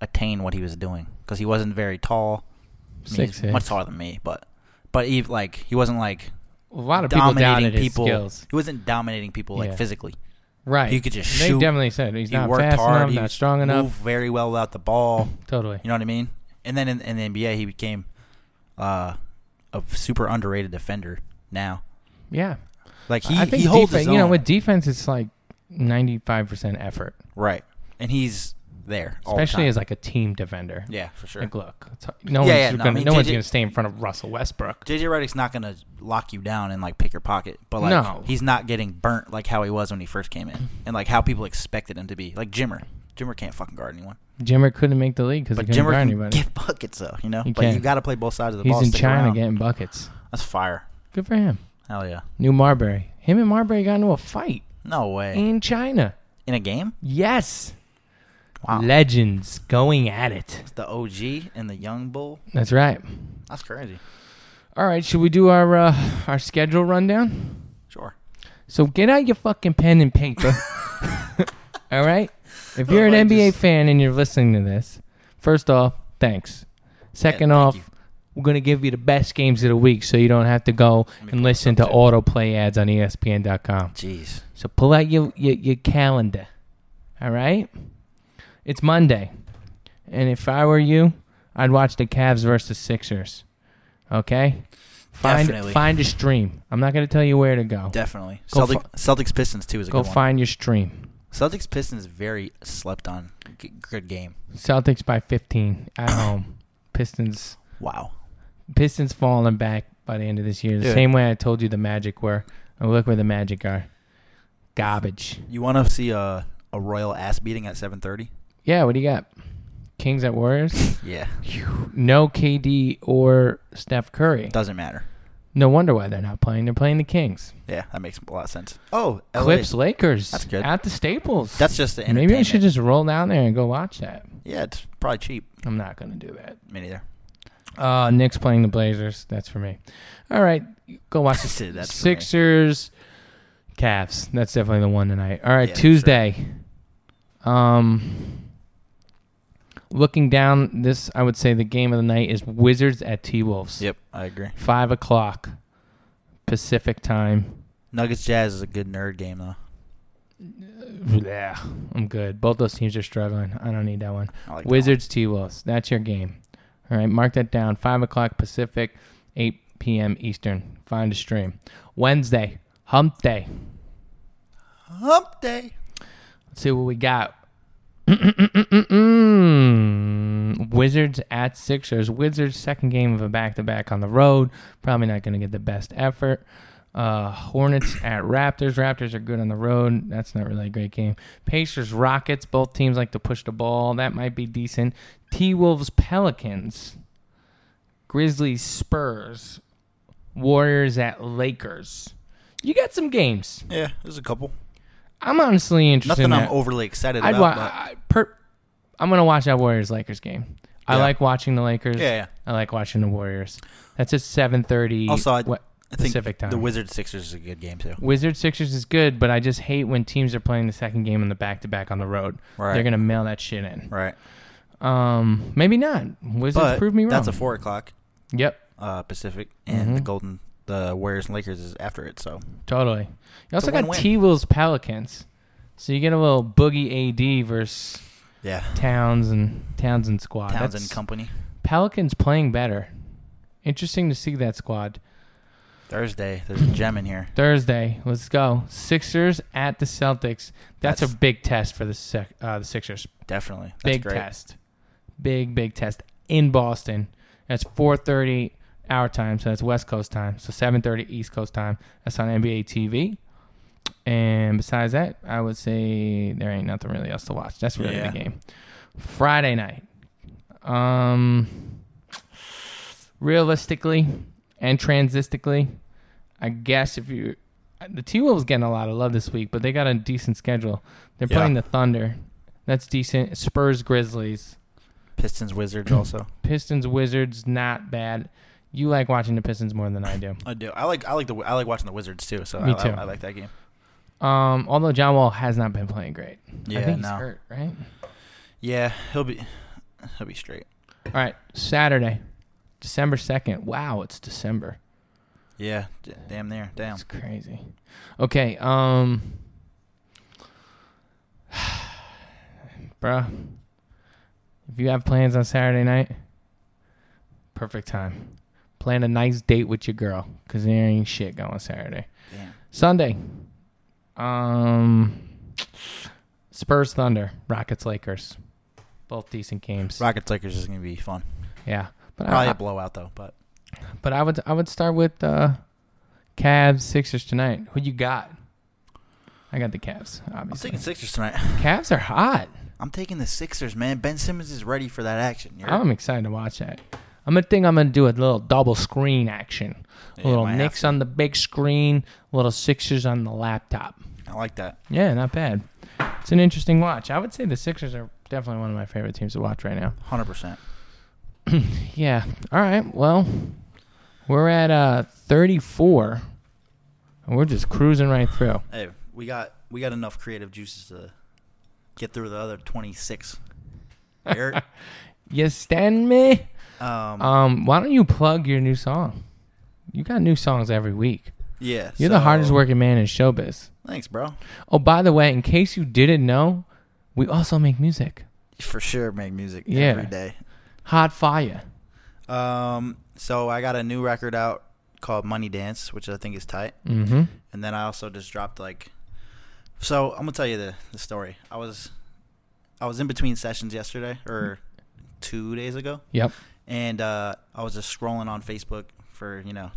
attain what he was doing because he wasn't very tall, I mean, he's
Six, six.
much taller than me, but but he like he wasn't like
A lot of people doubted his skills.
He wasn't dominating people like
Yeah.
physically.
Right.
He could just
They
shoot.
definitely said he's
he
not
worked
fast
hard.
enough,
he
not
was-
strong
Moved
enough.
very well without the ball.
Totally.
You know what I mean? And then in, in the NBA, he became uh, a super underrated defender. Now,
yeah.
like he
I think
he holds
defense,
his own.
you know, with defense it's like 95% effort,
right, and he's there, all the
especially
time.
as like a team defender.
yeah, for sure.
Like, look, it's- no
Yeah,
one's
yeah, no,
gonna,
I
no,
mean,
one's
JJ
gonna stay in front of Russell Westbrook.
JJ Redick's not gonna lock you down and like pick your pocket, but like
No. Mm-hmm.
he's not getting burnt like how he was when he first came in, and like how people expected him to be. Like Jimmer, Jimmer can't fucking guard anyone,
Jimmer couldn't make the league because he
but
couldn't
Jimmer
guard
can
anybody.
get buckets though, you know.
He
but you
can.
got to play both sides of the
He's
ball.
in
stick
China
around.
getting buckets.
That's fire.
Good for him.
Hell yeah.
New Marbury. Him and Marbury got into a fight
No way.
in China.
In a game,
Yes.
Wow.
Legends going at it.
it's the OG and the young bull.
That's right.
That's crazy.
All right, should we do our uh, our schedule rundown?
Sure.
So get out your fucking pen and paper. All right? If you're an
I
NBA
just-
fan and you're listening to this, first off, thanks. Second
Yeah, thank
off,
you.
we're going to give you the best games of the week so you don't have to go and
me pull
listen to
this up, too.
autoplay ads on E ESPN.com.
Jeez.
So pull out your, your, your calendar. All right? It's Monday. And if I were you, I'd watch the Cavs versus Sixers. Okay? Find
Definitely.
find a stream. I'm not going to tell you where to go.
Definitely.
Go
Celtic, Celtics Pistons too is a
go
good
find your stream.
one. Celtics Pistons very slept on. G- good game.
Celtics by 15 at home. Pistons
Wow.
Pistons falling back by the end of this year. The
Dude.
same way I told you the Magic were. And look where the Magic are. Garbage.
You want to see a a royal ass beating at seven thirty?
Yeah, what do you got? Kings at Warriors?
Yeah.
no KD or Steph Curry.
Doesn't matter.
No wonder why they're not playing. They're playing the Kings.
Yeah, that makes a lot of sense. Oh, LA.
Clips Lakers
That's good.
at the Staples.
That's just the
Maybe I should
entertainment.
just roll down there and go watch that.
Yeah, it's probably cheap.
I'm not going to do that.
Me neither.
Uh, Knicks playing the Blazers. That's for me. All right, go watch the
Dude, that's for me.
Sixers, Cavs. That's definitely the one tonight. All right,
Yeah, for sure.
Tuesday. Um, looking down this, I would say the game of the night is Wizards at T Wolves.
Yep, I agree.
Five o'clock Pacific time.
Nuggets Jazz is a good nerd game though. Mm-hmm.
Yeah, I'm good. Both those teams are struggling. I don't need that one.
I like that
Wizards T Wolves. That's your game. All right, mark that down. Five o'clock Pacific, eight p.m. Eastern. Find a stream. Wednesday, Hump Day.
one. Hump Day.
Let's see what we got. Wizards at Sixers. Wizards second game of a back to back on the road. Probably not going to get the best effort. Uh, Hornets at Raptors. Raptors are good on the road. That's not really a great game. Pacers Rockets. Both teams like to push the ball. That might be decent. T Wolves Pelicans. Grizzlies Spurs. Warriors at Lakers. You got some games.
Yeah, there's a couple.
I'm honestly interested.
Nothing
in
I'm
that.
overly excited
I'd wa-
about. but-
I, per- I'm gonna watch that Warriors Lakers game. I
Yeah.
like watching the Lakers.
Yeah, yeah.
I like watching the Warriors. That's at 7:30
Also, I,
what,
I think
Pacific time.
the Wizard Sixers is a good game too.
Wizards Sixers is good, but I just hate when teams are playing the second game in the back-to-back on the road.
Right.
They're gonna mail that shit in.
Right,
Um, maybe not. Wizards
but
prove me wrong.
that's a four o'clock
Yep,
uh, Pacific, and the
Mhm.
Golden, the Warriors and Lakers is after it. So
totally. You also got
win-win.
T Will's Pelicans, so you get a little boogie AD versus
yeah,
Towns and Towns and squad.
Towns
That's-
and company
Pelicans playing better. Interesting to see that squad.
Thursday. There's a gem in here.
Thursday, let's go. Sixers at the Celtics. That's,
That's-
a big test for the sec- uh, the Sixers.
Definitely, that's
Big
great.
test. Big big test in Boston. That's 4:30 our time, so that's West Coast time. So 7:30 East Coast time. That's on NBA TV. And besides that, I would say there ain't nothing really else to watch. That's really
Yeah.
the game. Friday night. Um realistically and transistically, I guess if you the T Wolves getting a lot of love this week, but they got a decent schedule. They're
Yeah.
playing the Thunder. That's decent. Spurs Grizzlies.
Pistons Wizards also.
Pistons Wizards not bad. You like watching the Pistons more than I do.
I do. I like I like the I like watching the Wizards too. So
Me
I, I,
too.
I like that game.
Um, although John Wall has not been playing great. I
Yeah,
think he's
no.
hurt, right?
Yeah, he'll be he'll be straight.
All right, Saturday, December second. Wow, it's December.
Yeah, d- damn near, damn.
It's crazy. Okay, um, bruh, if you have plans on Saturday night, perfect time. Plan a nice date with your girl, cause there ain't shit going Saturday.
Damn.
Sunday, um, Spurs Thunder, Rockets Lakers, both decent games.
Rockets Lakers is gonna be fun.
Yeah, but
Probably
I,
a blowout though, but
but I would I would start with uh, Cavs Sixers tonight. Who you got? I got the Cavs.
I'm
Obviously,
taking Sixers tonight.
Cavs are hot.
I'm taking the Sixers, man. Ben Simmons is ready for that action. You're-
I'm excited to watch that. I'm gonna think I'm gonna do a little double screen action. A
Yeah, you
little
might have
Knicks on the big screen, little Sixers on the laptop.
I like that.
Yeah, not bad. It's an interesting watch. I would say the Sixers are definitely one of my favorite teams to watch right now.
Hundred percent.
Yeah. All right. Well, we're at uh 34. And we're just cruising right through.
Hey, we got we got enough creative juices to get through the other twenty six. Eric,
You stand me?
um,
Um, why don't you plug your new song? You got new songs every week.
yeah,
You're the
so-
hardest working man in showbiz.
Thanks, bro.
Oh, by the way, in case you didn't know, we also make music.
For sure, make music
Yeah.
every day.
Hot fire.
Um, so I got a new record out called Money Dance, which I think is tight.
Mm-hmm.
And then I also just dropped like, so I'm gonna tell you the, the story. I was, I was in between sessions yesterday or two days ago,
Yep.
and uh, I was just scrolling on Facebook for you know,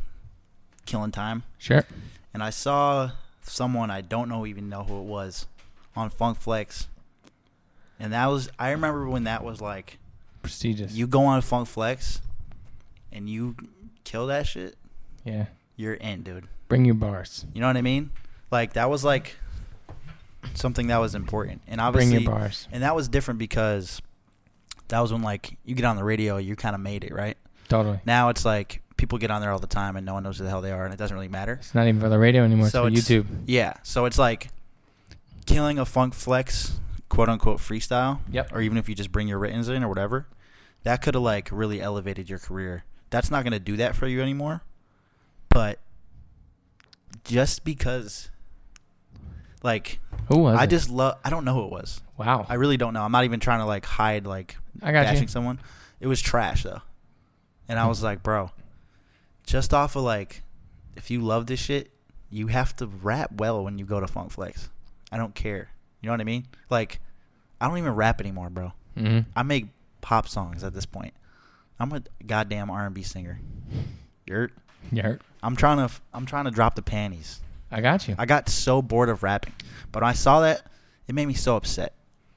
killing time,
Sure.
and I saw someone I don't know even know who it was on Funk Flex, and that was I remember when that was like
Prestigious.
you go on Funk Flex, and you kill that shit,
yeah.
you're in, dude.
Bring your bars.
You know what I mean? Like that was like something that was important, and
Bring
obviously,
your bars.
and that was different because that was when like you get on the radio, you kind of made it, right?
Totally.
Now it's like people get on there all the time, and no one knows who the hell they are, and it doesn't really matter.
It's not even for the radio anymore. It's
So
for
it's-
YouTube.
Yeah, so it's like killing a funk flex quote unquote freestyle,
Yep.
or even if you just bring your writtens in or whatever, that could have like really elevated your career. That's not going to do that for you anymore. But just because, like,
Who was
I
it?
just love. I don't know who it was.
wow.
I really don't know. I'm not even trying to like hide like
I got you. Hmm.
bashing someone. It was trash though, and I was like, bro, just off of like, if you love this shit, you have to rap well when you go to Funk Flex. I don't care. You know what I mean? Like, I don't even rap anymore, bro.
Mhm.
I make pop songs at this point. I'm a goddamn R&B singer. You're.
You hurt.
I'm trying to. f- I'm trying to drop the panties.
I got you.
I got so bored of rapping, but when I saw that, it made me so upset.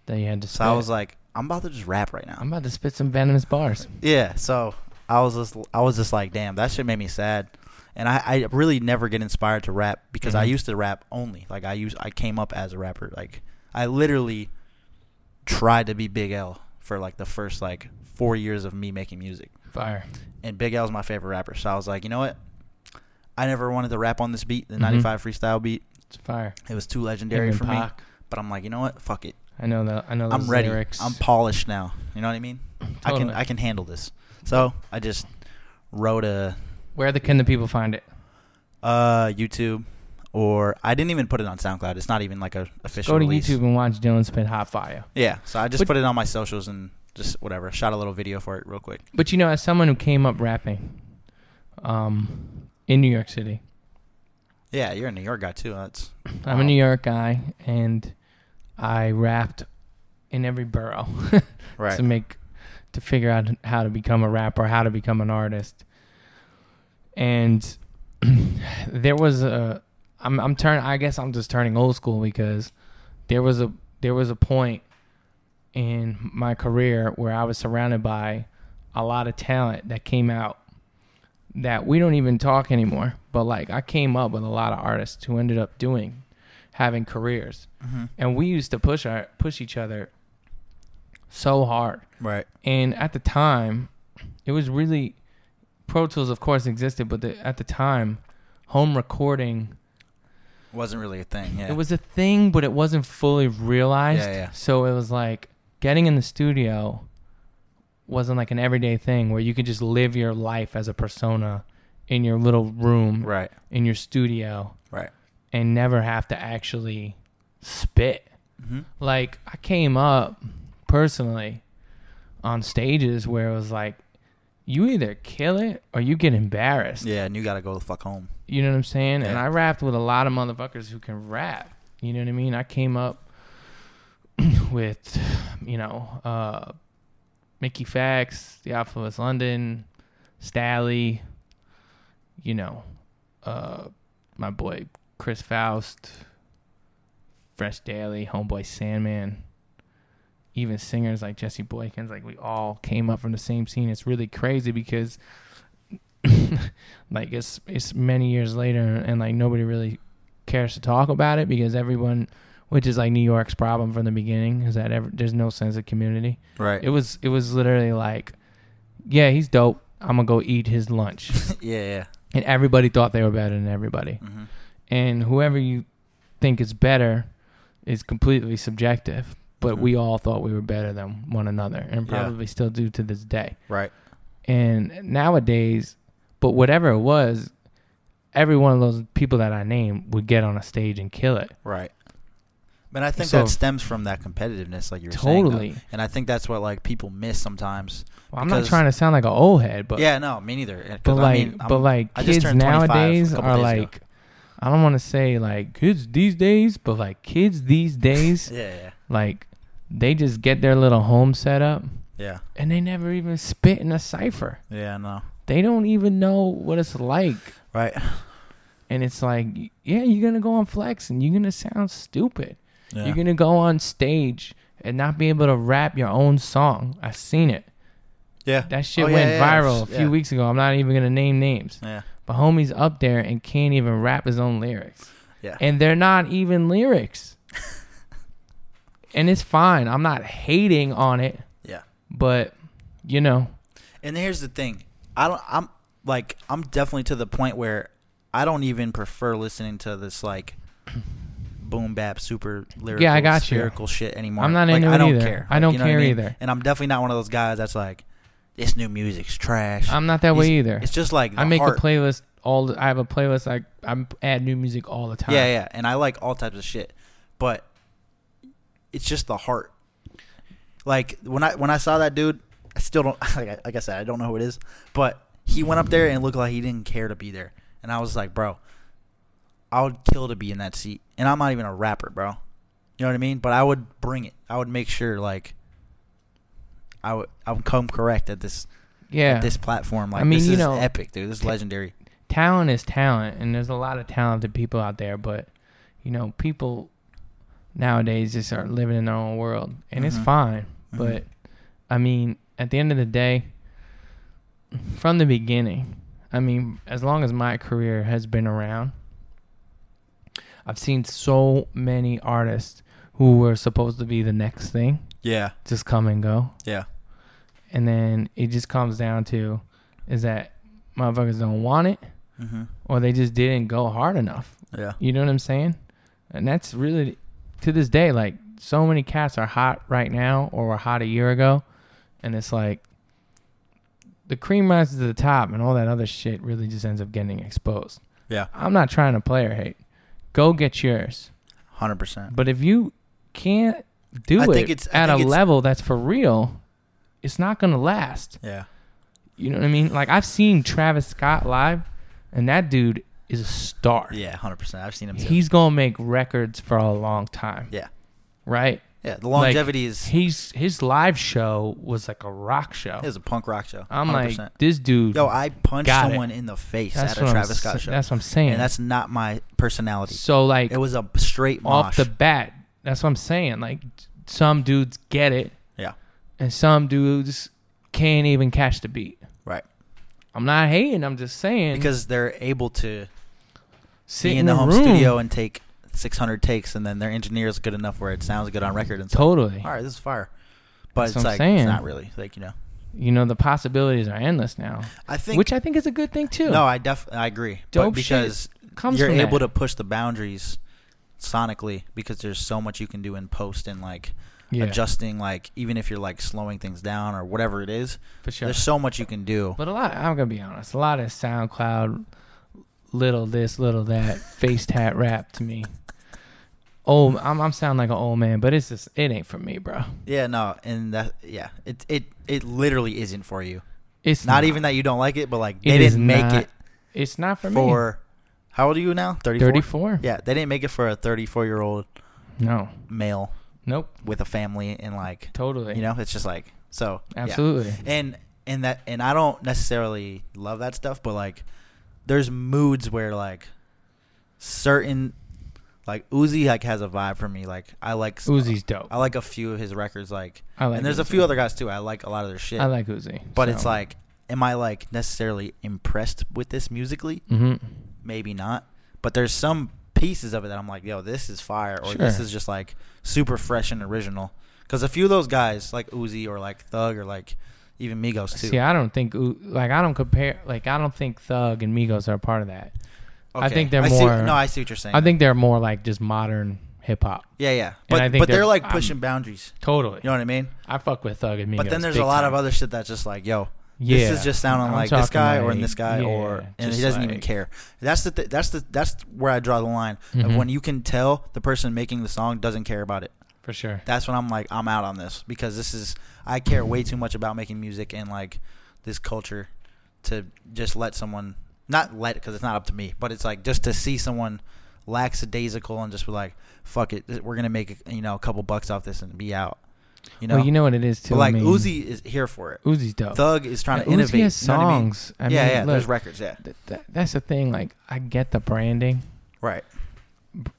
Then you had to.
So I
spit.
was like, I'm about to just rap right now.
I'm about to spit some venomous bars.
yeah. So I was just, I was just like, damn, that shit made me sad. And I, I really never get inspired to rap because I
Mhm.
used to rap only. Like I used, I came up as a rapper. Like I literally tried to be Big L for like the first like four years of me making music.
Fire.
And Big L's my favorite rapper, so I was like, you know what? I never wanted to rap on this beat, the
Mhm.
'95 freestyle beat.
It's fire.
It was too legendary
Him and
for
Pac.
me. But I'm like, you know what? Fuck it.
I know that. I know those
I'm ready.
lyrics.
I'm polished now. You know what I mean? I can
Totally.
I can handle this. So I just wrote a
Where the can the people find it?
uh, YouTube, or I didn't even put it on SoundCloud. It's not even like a official.
Go to
release.
YouTube and watch Dylan spit hot fire.
Yeah. So I just
But-
put it on my socials and just whatever. Shot a little video for it real quick.
But you know, as someone who came up rapping, um, in New York City,
Yeah, you're a New York guy too. That's
I'm
wow.
a New York guy, and I rapped in every borough
Right.
to make to figure out how to become a rapper, how to become an artist. And there was a I'm I'm turn I guess I'm just turning old school because there was a there was a point in my career where I was surrounded by a lot of talent that came out that we don't even talk anymore. But like I came up with a lot of artists who ended up doing having careers.
Mhm.
And we used to push our push each other so hard.
Right.
And at the time, it was really Pro Tools of course existed, but the, at the time, home recording
Wasn't really a thing. Yeah.
it was a thing, but it wasn't fully realized.
Yeah, yeah.
So it was like getting in the studio wasn't like an everyday thing where you could just live your life as a persona in your little room
Right.
in your studio
Right.
and never have to actually spit.
Mm-hmm.
Like I came up personally on stages where it was like you either kill it or you get embarrassed.
Yeah, and you gotta go the fuck home.
You know what I'm saying? And
Yeah.
I rapped with a lot of motherfuckers who can rap. You know what I mean? I came up with, you know, uh, Mickey Fax, The Outfit London, Stally, you know, uh, my boy Chris Faust, Fresh Daily, Homeboy Sandman, even singers like Jesse Boykins. Like, we all came up from the same scene. It's really crazy because like it's it's many years later and like nobody really cares to talk about it because everyone which is like New York's problem from the beginning is that ever, there's no sense of community.
Right.
It was it was literally like yeah, he's dope. I'm going to go eat his lunch.
yeah.
and everybody thought they were better than everybody.
Yeah. hmm
And whoever you think is better is completely subjective, but
Mhm.
we all thought we were better than one another and
Yeah.
probably still do to this day
Right.
and nowadays but whatever it was every one of those people that i named would get on a stage and kill it
Right. But I think
So-
that stems from that competitiveness, like you were saying.
totally
though. And I think that's what like people miss sometimes.
well, i'm not
because-
trying to sound like an old head but
yeah, no, me neither. 'Cause
but
I
like
mean,
but
I'm-
like
I just
kids
turned 25 a
nowadays
couple
are
days ago.
like i don't want to say like kids these days but like kids these days
yeah, yeah,
like they just get their little home set up
yeah,
and they never even spit in a cipher
yeah, no,
they don't even know what it's like
right,
and it's like yeah you're gonna go on flex and you're gonna sound stupid
yeah,
You're gonna go on stage and not be able to rap your own song. I seen it.
yeah.
That shit
Oh, yeah,
went
yeah, yeah,
viral a
yeah.
few weeks ago. I'm not even gonna name names.
Yeah,
But homie's up there and can't even rap his own lyrics.
yeah,
And they're not even lyrics. and it's fine. I'm not hating on it,
yeah.
but you know,
And here's the thing, I don't. I'm like, I'm definitely to the point where I don't even prefer listening to this like boom bap super lyrical
Yeah, I got you.
spherical shit anymore.
I'm not
like,
into
I
it
don't
either.
care.
I don't
you know what
care
mean?
either.
And I'm definitely not one of those guys that's like, this new music's trash.
I'm not that
It's-
way either.
It's just like
I
the
make
heart.
a playlist all. The, I have a playlist. I I add new music all the time.
Yeah, yeah, and I like all types of shit, but it's just the heart. Like when I when I saw that dude, I still don't like I, like I said I don't know who it is, but he went up there and looked like he didn't care to be there, and I was like, bro, I would kill to be in that seat, and I'm not even a rapper, bro. You know what I mean? But I would bring it. I would make sure like I would I would come correct at this
yeah.
at this platform. Like
I mean,
this
you
is
know-
epic, dude. This is legendary.
talent is talent, and there's a lot of talented people out there, but you know, people nowadays just are living in their own world, and it's
Mhm.
fine.
Mhm.
But I mean, at the end of the day, from the beginning, I mean, as long as my career has been around, I've seen so many artists who were supposed to be the next thing
Yeah,
just come and go.
yeah,
And then it just comes down to is that motherfuckers don't want it
mm-hmm.
or they just didn't go hard enough.
yeah.
You know what I'm saying? And that's really to this day, like so many cats are hot right now or were hot a year ago, and it's like the cream rises to the top, and all that other shit really just ends up getting exposed.
Yeah.
I'm not trying to player hate. Go get yours.
Hundred percent.
But if you can't do
I
it
think it's- I
at
think
a
it's-
level that's for real, it's not gonna last.
Yeah.
You know what I mean? Like I've seen Travis Scott live, and that dude is a star.
Yeah, hundred percent. I've seen him. too.
he's gonna make records for a long time,
yeah,
right?
yeah. The
Like,
longevity is
He's his live show was like a rock show.
is a punk rock show.
I'm
100%.
like this dude.
yo, I punched
got it.
someone in the face
that's
at a
what
Travis
I'm,
Scott
sa-
show,
That's what I'm saying.
and that's not my personality.
so like
it was a straight
off
mosh.
the bat. That's what I'm saying. Like some dudes get it,
yeah,
and some dudes can't even catch the beat.
right.
I'm not hating. I'm just saying
Because they're able to
sitting
be in the home
room,
studio and take 600 takes, and then their engineer is good enough where it sounds good on record. And so,
totally.
all right, this is fire. But
That's
it's
what I'm
like
saying.
it's not really like you know.
You know the possibilities are endless now,
I think
which I think is a good thing too.
No, I def I agree.
Dope
but because
shit comes
you're
from
able
that.
to push the boundaries sonically because there's so much you can do in post and like
Yeah.
adjusting like even if you're like slowing things down or whatever it is.
for sure.
There's so much you can do.
But a lot, I'm gonna be honest. A lot of SoundCloud, little this, little that, face tat rap to me. Oh, I'm I'm sound like an old man, but it's just it ain't for me, bro.
yeah, no, and that yeah, it it it literally isn't for you.
It's
Not even that you don't like it, but like they
it is
didn't make
not-
it
It's not for, me.
for how old are you now? 34?
34?
Yeah, they didn't make it for a 34 year old
No.
male
Nope.
with a family and like
Totally.
you know it's just like so yeah.
Absolutely.
and and that and I don't necessarily love that stuff, but like there's moods where like certain like Uzi like has a vibe for me. Like I like
Uzi's dope.
I like a few of his records. Like
I like
and there's a
Uzi.
few other guys too. I like a lot of their shit.
I like Uzi.
but it's like, am I like necessarily impressed with this musically?
hmm
Maybe not. But there's some pieces of it that I'm like, yo, this is fire, or this
Sure.
is just like super fresh and original. Because a few of those guys, like Uzi or like Thug or like even Migos too.
See, I don't think U- like I don't compare like I don't think Thug and Migos are a part of that. I
Okay.
think they're
see-
more.
no, I see what you're saying.
I think they're more like just modern hip hop.
Yeah, yeah. But
I think
but they're,
they're-
like
I'm-
pushing boundaries.
Totally.
You know what I mean?
I fuck with Thug and Migos.
But then there's
big
a lot of
time.
other shit that's just like, yo,
Yeah.
this is just sounding
I'm
like this
talking
guy or
like-
in this guy
yeah,
or and
just
he doesn't even
like-
care. That's the th- that's the that's where I draw the line
Mhm.
of when you can tell the person making the song doesn't care about it.
for sure.
That's when I'm like, I'm out on this because this is I care way too much about making music and like this culture to just let someone not let because it's not up to me, but it's like just to see someone lackadaisical and just be like, fuck it, we're gonna make you know a couple bucks off this and be out. You know,
well, you know what it is too.
But, like
I mean,
Uzi is here for it.
Uzi's dope.
Thug is trying to
And Uzi
innovate.
has
you know what I mean?
songs. I
yeah,
mean,
yeah. there's
look,
records. Yeah,
Th- th- that's the thing. Like, I get the branding.
right.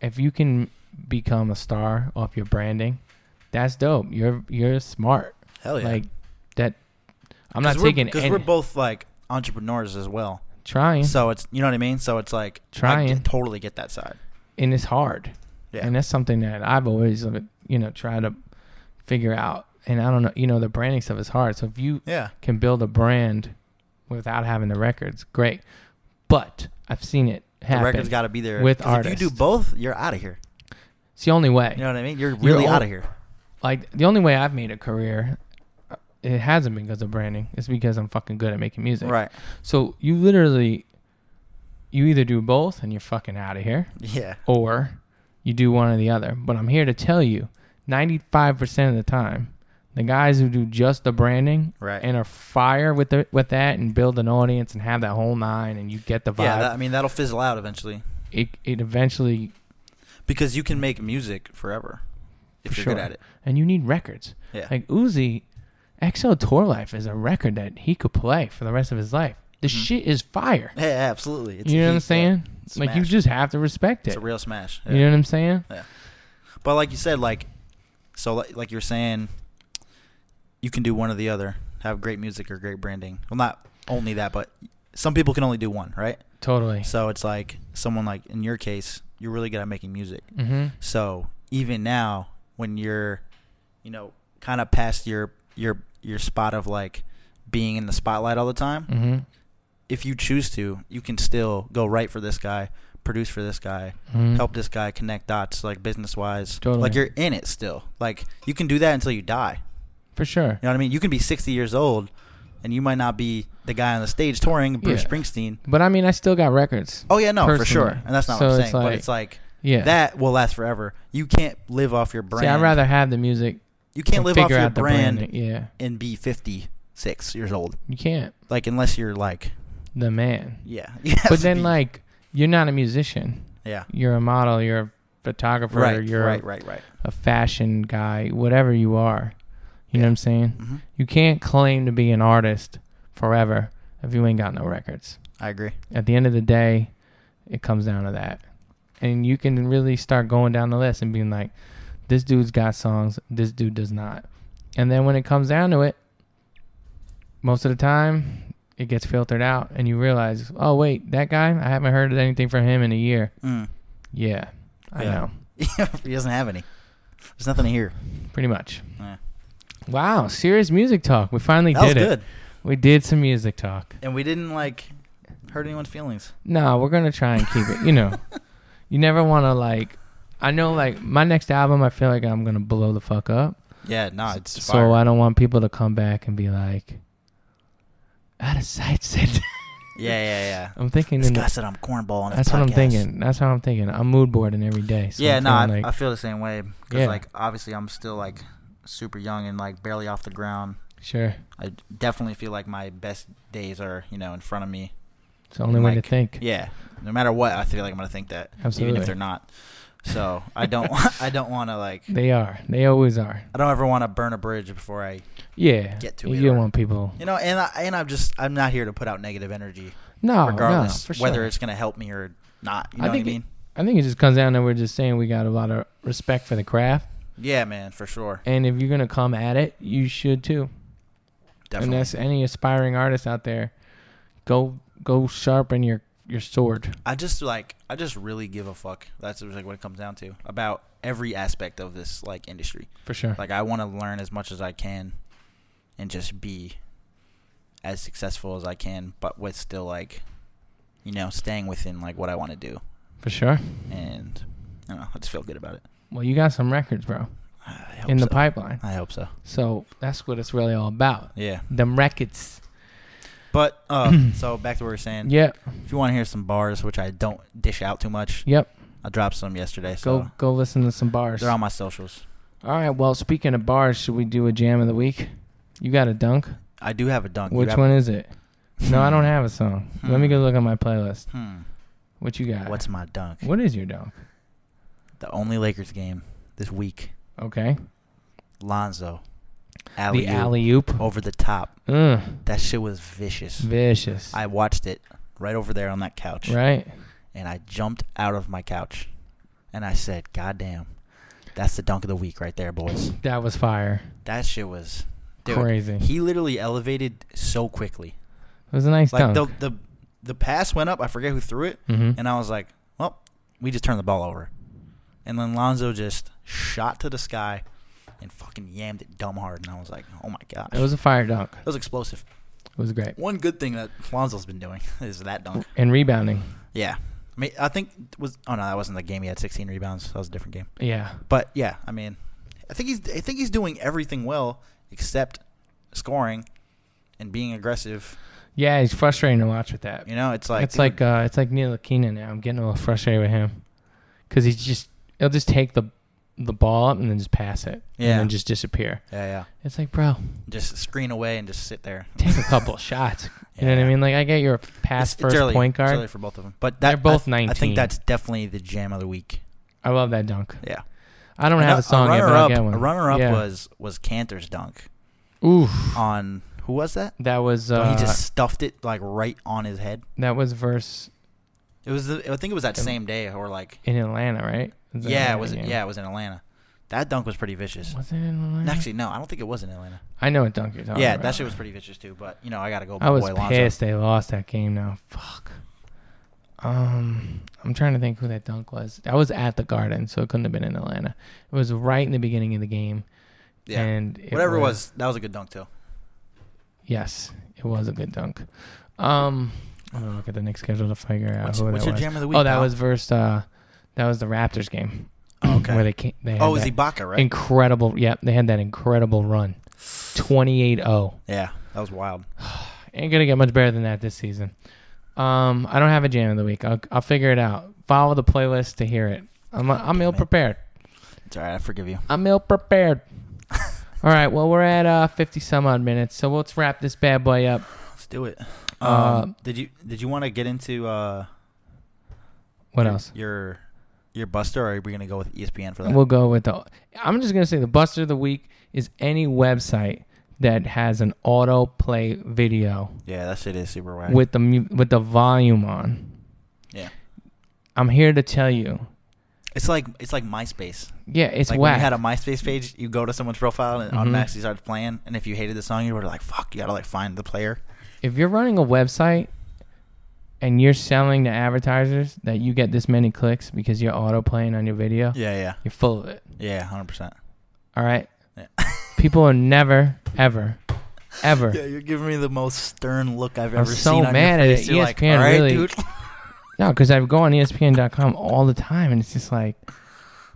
If you can become a star off your branding, that's dope. You're you're smart.
Hell Oh, yeah.
Like that. I'm not
Because we're-
taking
because
any-
we're both like entrepreneurs as well.
trying,
So it's you know what I mean. So it's like I
Trying.
get- totally get that side.
and it's hard.
Yeah.
And that's something that I've always, uh, you know, tried to figure out. And I don't know, you know, the branding stuff is hard. So if you
yeah.
can build a brand without having the records, great. But I've seen it happen.
The record's got to be there
with
'Cause If you do
artists.
both, you're out of here.
It's the only way.
You know what I mean? You're really
all-
out of here.
Like the only way I've made a career, uh, it hasn't been because of branding. It's because I'm fucking good at making music.
Right.
So you literally, you either do both and you're fucking out of here,
Yeah.
or you do one or the other. But I'm here to tell you, 95% of the time, the guys who do just the branding
Right.
and are fire with the, with that and build an audience and have that whole nine and you get the vibe,
Yeah, that, I mean that'll fizzle out eventually
it, it eventually
because you can make music forever if
For
you're
sure.
good at it.
and you need records.
Yeah.
Like Uzi, XL Tour Life is a record that he could play for the rest of his life. The shit is fire.
yeah, absolutely. Mm-hmm. It's
you
a
know what I'm
heat, yeah.
saying? Like you
Smash.
just have to respect
It's
it.
a real smash.
You know what I'm saying?
But like you said, like so, like, like you're saying, you can do one or the other. Have great music or great branding. Well, not only that, but some people can only do one, right?
Totally.
So it's like someone like in your case, you're really good at making music.
mm-hmm.
So even now, when you're, you know, kind of past your your your spot of like being in the spotlight all the time,
Mm-hmm.
if you choose to, you can still go write for this guy, produce for this guy,
Mhm.
help this guy connect dots like business wise.
Totally.
Like you're in it still. Like you can do that until you die.
For sure.
You know what I mean? You can be 60 years old and you might not be the guy on the stage touring Bruce
Yeah.
Springsteen.
But I mean, I still got records.
Oh yeah, no, for sure.
Personally.
And that's not
So
what I'm
it's
saying, but
like-
it's like
Yeah.
that will last forever. You can't live off your brand.
See, I'd rather have the music.
you can't
and
live off
figure
your
out the
brand
branding. Yeah.
and be 56 years old.
You can't.
Like unless you're like
The man.
yeah. You have
But
to
then,
be-
like, you're not a musician.
yeah.
You're a model. You're a photographer.
Right,
You're
right, right, right.
a fashion guy. Whatever you are. You know what I'm saying?
Mhm.
You can't claim to be an artist forever if you ain't got no records.
I agree.
At the end of the day, it comes down to that. And you can really start going down the list and being like, this dude's got songs, this dude does not. And then when it comes down to it, most of the time, it gets filtered out and you realize, oh, wait, that guy, I haven't heard anything from him in a year.
Mm.
Yeah, I
Yeah.
know.
he doesn't have any. There's nothing to hear.
Pretty much.
Yeah.
Wow, serious music talk. We finally
That was
did it.
good.
We did some music talk.
And we didn't like hurt anyone's feelings.
No, we're gonna try and keep it. You know, you never want to like. I know, like my next album, I feel like I'm gonna blow the fuck up.
Yeah, no, it's
so I don't want people to come back and be like, out of sight. Said
yeah, yeah, yeah.
I'm thinking.
This
In
guy
the,
said I'm cornball on his
that's what I'm
podcast.
thinking. That's how I'm thinking. I'm mood boarding every day. So
yeah,
I'm
no, I,
feeling
I feel the same way. Because,
Yeah.
like, obviously, I'm still, like, super young and, like, barely off the ground.
sure.
I definitely feel like my best days are, you know, in front of me.
It's the only way
like,
to think.
Yeah. No matter what, I feel like I'm going to think that. Even
Absolutely.
if they're not. So I don't, I don't want to, like,
They are. They always are.
I don't ever want to burn a bridge before I,
Yeah.
Um, Get to
you
it
don't
or-
want people.
you know, and, I, and I'm just, I'm not here to put out negative energy.
No,
regardless
no, for
whether
sure.
it's going to help me or not.
I
You know what I
think it-
mean?
I think it just comes down to we're just saying we got a lot of respect for the craft.
yeah, man, for sure.
And if you're gonna come at it, you should too.
Definitely.
And that's any aspiring artist out there. Go go sharpen your your sword.
I just like I just really give a fuck. That's like what it comes down to about every aspect of this like industry.
For sure.
Like I want to learn as much as I can and just be as successful as I can but with still like you know, staying within like what I want to do
For sure.
and I don't know, I just feel good about it.
Well, you got some records, bro,
I hope
in the
so.
pipeline.
I hope so.
So that's what it's really all about.
Yeah.
Them records.
But uh so back to what we were saying.
Yep.
If you want to hear some bars, which I don't dish out too much,
Yep.
I dropped some yesterday. So
Go go listen to some bars.
they're on my socials.
all right. Well, speaking of bars, should we do a jam of the week? You got a dunk?
I do have a dunk. You
Which
have-
one is it? No, I don't have a song. Let me
Hmm.
go look at my playlist.
Hmm.
What you got?
What's my dunk?
what is your dunk?
The only Lakers game this week.
Okay.
Lonzo. Alley
the alley oop.
over the top.
Mm,
That shit was vicious.
vicious.
I watched it right over there on that couch.
right.
And I jumped out of my couch. And I said, God damn. That's the dunk of the week right there, boys.
That was fire.
That shit was dude,
Crazy.
He literally elevated so quickly.
It was a nice
Like the
dunk.
the the pass went up, I forget who threw it,
Mhm.
and I was like, Well, we just turned the ball over. And then Lonzo just shot to the sky and fucking yammed it dumb hard and I was like, Oh my gosh.
it was a fire dunk.
That was explosive.
It was great.
One good thing that Lonzo's been doing is that dunk.
And rebounding.
Yeah. I mean, I think it was oh no, that wasn't the game. He had 16 rebounds. That was a different game.
Yeah.
But yeah, I mean, I think he's I think he's doing everything well except scoring and being aggressive.
Yeah, he's frustrating to watch with that.
You know, it's like
it's like uh, it's like Neil Keenan now. I'm getting a little frustrated with him because he's just he'll just take the the ball up and then just pass it
Yeah.
and then just disappear.
yeah, yeah,
It's like, bro,
just screen away and just sit there.
take a couple shots. You know
Yeah.
what I mean? Like I get your pass
It's- it's
first
early.
point
It's
guard.
early for both of them. But that,
They're both
I th- I
19.
think that's definitely the jam of the week.
I love that dunk.
Yeah,
I don't have
a
the song yet,
runner
but
up,
I'll get one.
A runner up
Yeah.
was was Cantor's dunk
oof.
on who was that?
That was uh,
he just stuffed it like right on his head.
that was verse
It was the, I think it was that
Um,
same day or like
in Atlanta, right? Was that
yeah, it
Atlanta
was
game?
yeah, it was in Atlanta. That dunk was pretty vicious.
Was it in Atlanta?
Actually, no, I don't think it was in Atlanta.
I know what dunk you're talking
yeah,
about.
that shit was pretty vicious too. But you know, I gotta go.
I was
boy Lonzo.
pissed they lost that game now. Fuck. Um, I'm trying to think who that dunk was. I was at the Garden, so it couldn't have been in Atlanta. It was right in the beginning of the game.
Yeah,
And it
whatever it was, that was a good dunk too.
Yes, it was a good dunk. Um, I'm gonna look at the next schedule to figure out
What's-
who that
what's your
was.
jam of the week,
oh, that
pal?
was versus uh, that was the Raptors game.
Oh, okay.
Where they came, they had
Oh, it was
that
Ibaka, right?
incredible. Yep, they had that incredible run, 28-0.
yeah, that was wild.
Ain't gonna get much better than that this season. Um, I don't have a jam of the week. I'll, I'll figure it out. Follow the playlist to hear it. I'm I'm ill prepared.
It's all right. I forgive you.
I'm ill prepared. All right. Well, we're at uh 50 some odd minutes, so let's wrap this bad boy up.
Let's do it. Um,
Uh,
did you did you want to get into uh,
What
your-
else?
Your your Buster, or are we gonna go with E ESPN for that?
We'll go with the. I'm just gonna say the Buster of the Week is any website that has an autoplay video
yeah, that shit is super whack.
with the mu- with the volume on.
yeah,
I'm here to tell you,
it's like it's like MySpace.
yeah, it's
like when
whack.
you had a MySpace page, you go to someone's profile and it
Mhm.
automatically starts playing. And if you hated the song, you were like, "Fuck!" You gotta like find the player.
if you're running a website and you're selling to advertisers that you get this many clicks because you're autoplaying on your video,
Yeah, yeah,
you're full of it.
yeah, hundred percent.
All right.
Yeah.
People are never, ever, ever.
Yeah, you're giving me the most stern look I've
I'm
ever
so
seen. on
mad at
your face.
it. E
You're
ESPN
like, All right,
really-
dude.
No, because I go on E ESPN.com all the time, and it's just like,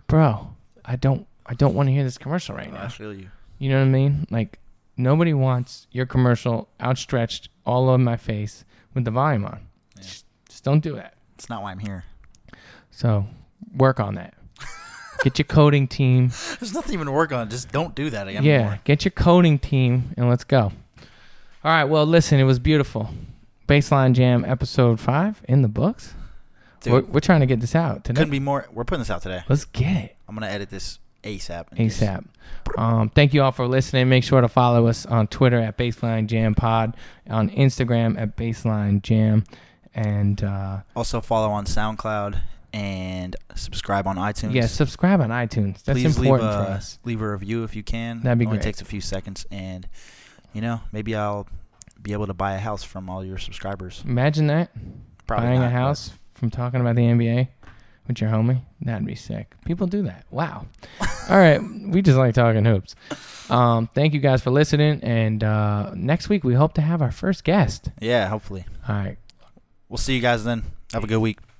bro, I don't, I don't want to hear this commercial right
I
now.
feel you.
You know what I mean? Like, nobody wants your commercial outstretched all over my face with the volume on.
Yeah.
Just, just don't do that.
It's not why I'm here.
So, work on that. Get your coding team.
There's nothing even to work on. Just don't do that again.
Yeah,
anymore.
get your coding team and let's go. All right. Well, listen, it was beautiful. Baseline Jam episode five in the books.
Dude,
we're, we're trying to get this out today.
couldn't be more. We're putting this out today.
Let's get it.
I'm gonna edit this ASAP. and just-
ASAP. Um, thank you all for listening. Make sure to follow us on Twitter at Baseline Jam Pod, on Instagram at Baseline Jam, and uh,
Also follow on SoundCloud and subscribe on iTunes.
yeah, subscribe on iTunes. That's
Please
important
leave a,
for us.
Leave a review if you can.
That'd be
Only
great.
takes a few seconds, and you know maybe I'll be able to buy a house from all your subscribers.
Imagine that
Probably
buying
not,
a
but-
house from talking about the NBA with your homie. That'd be sick. People do that. Wow. all right, we just like talking hoops. Um, thank you guys for listening, and uh, next week we hope to have our first guest.
Yeah, hopefully.
All right.
We'll see you guys then. Have a good week.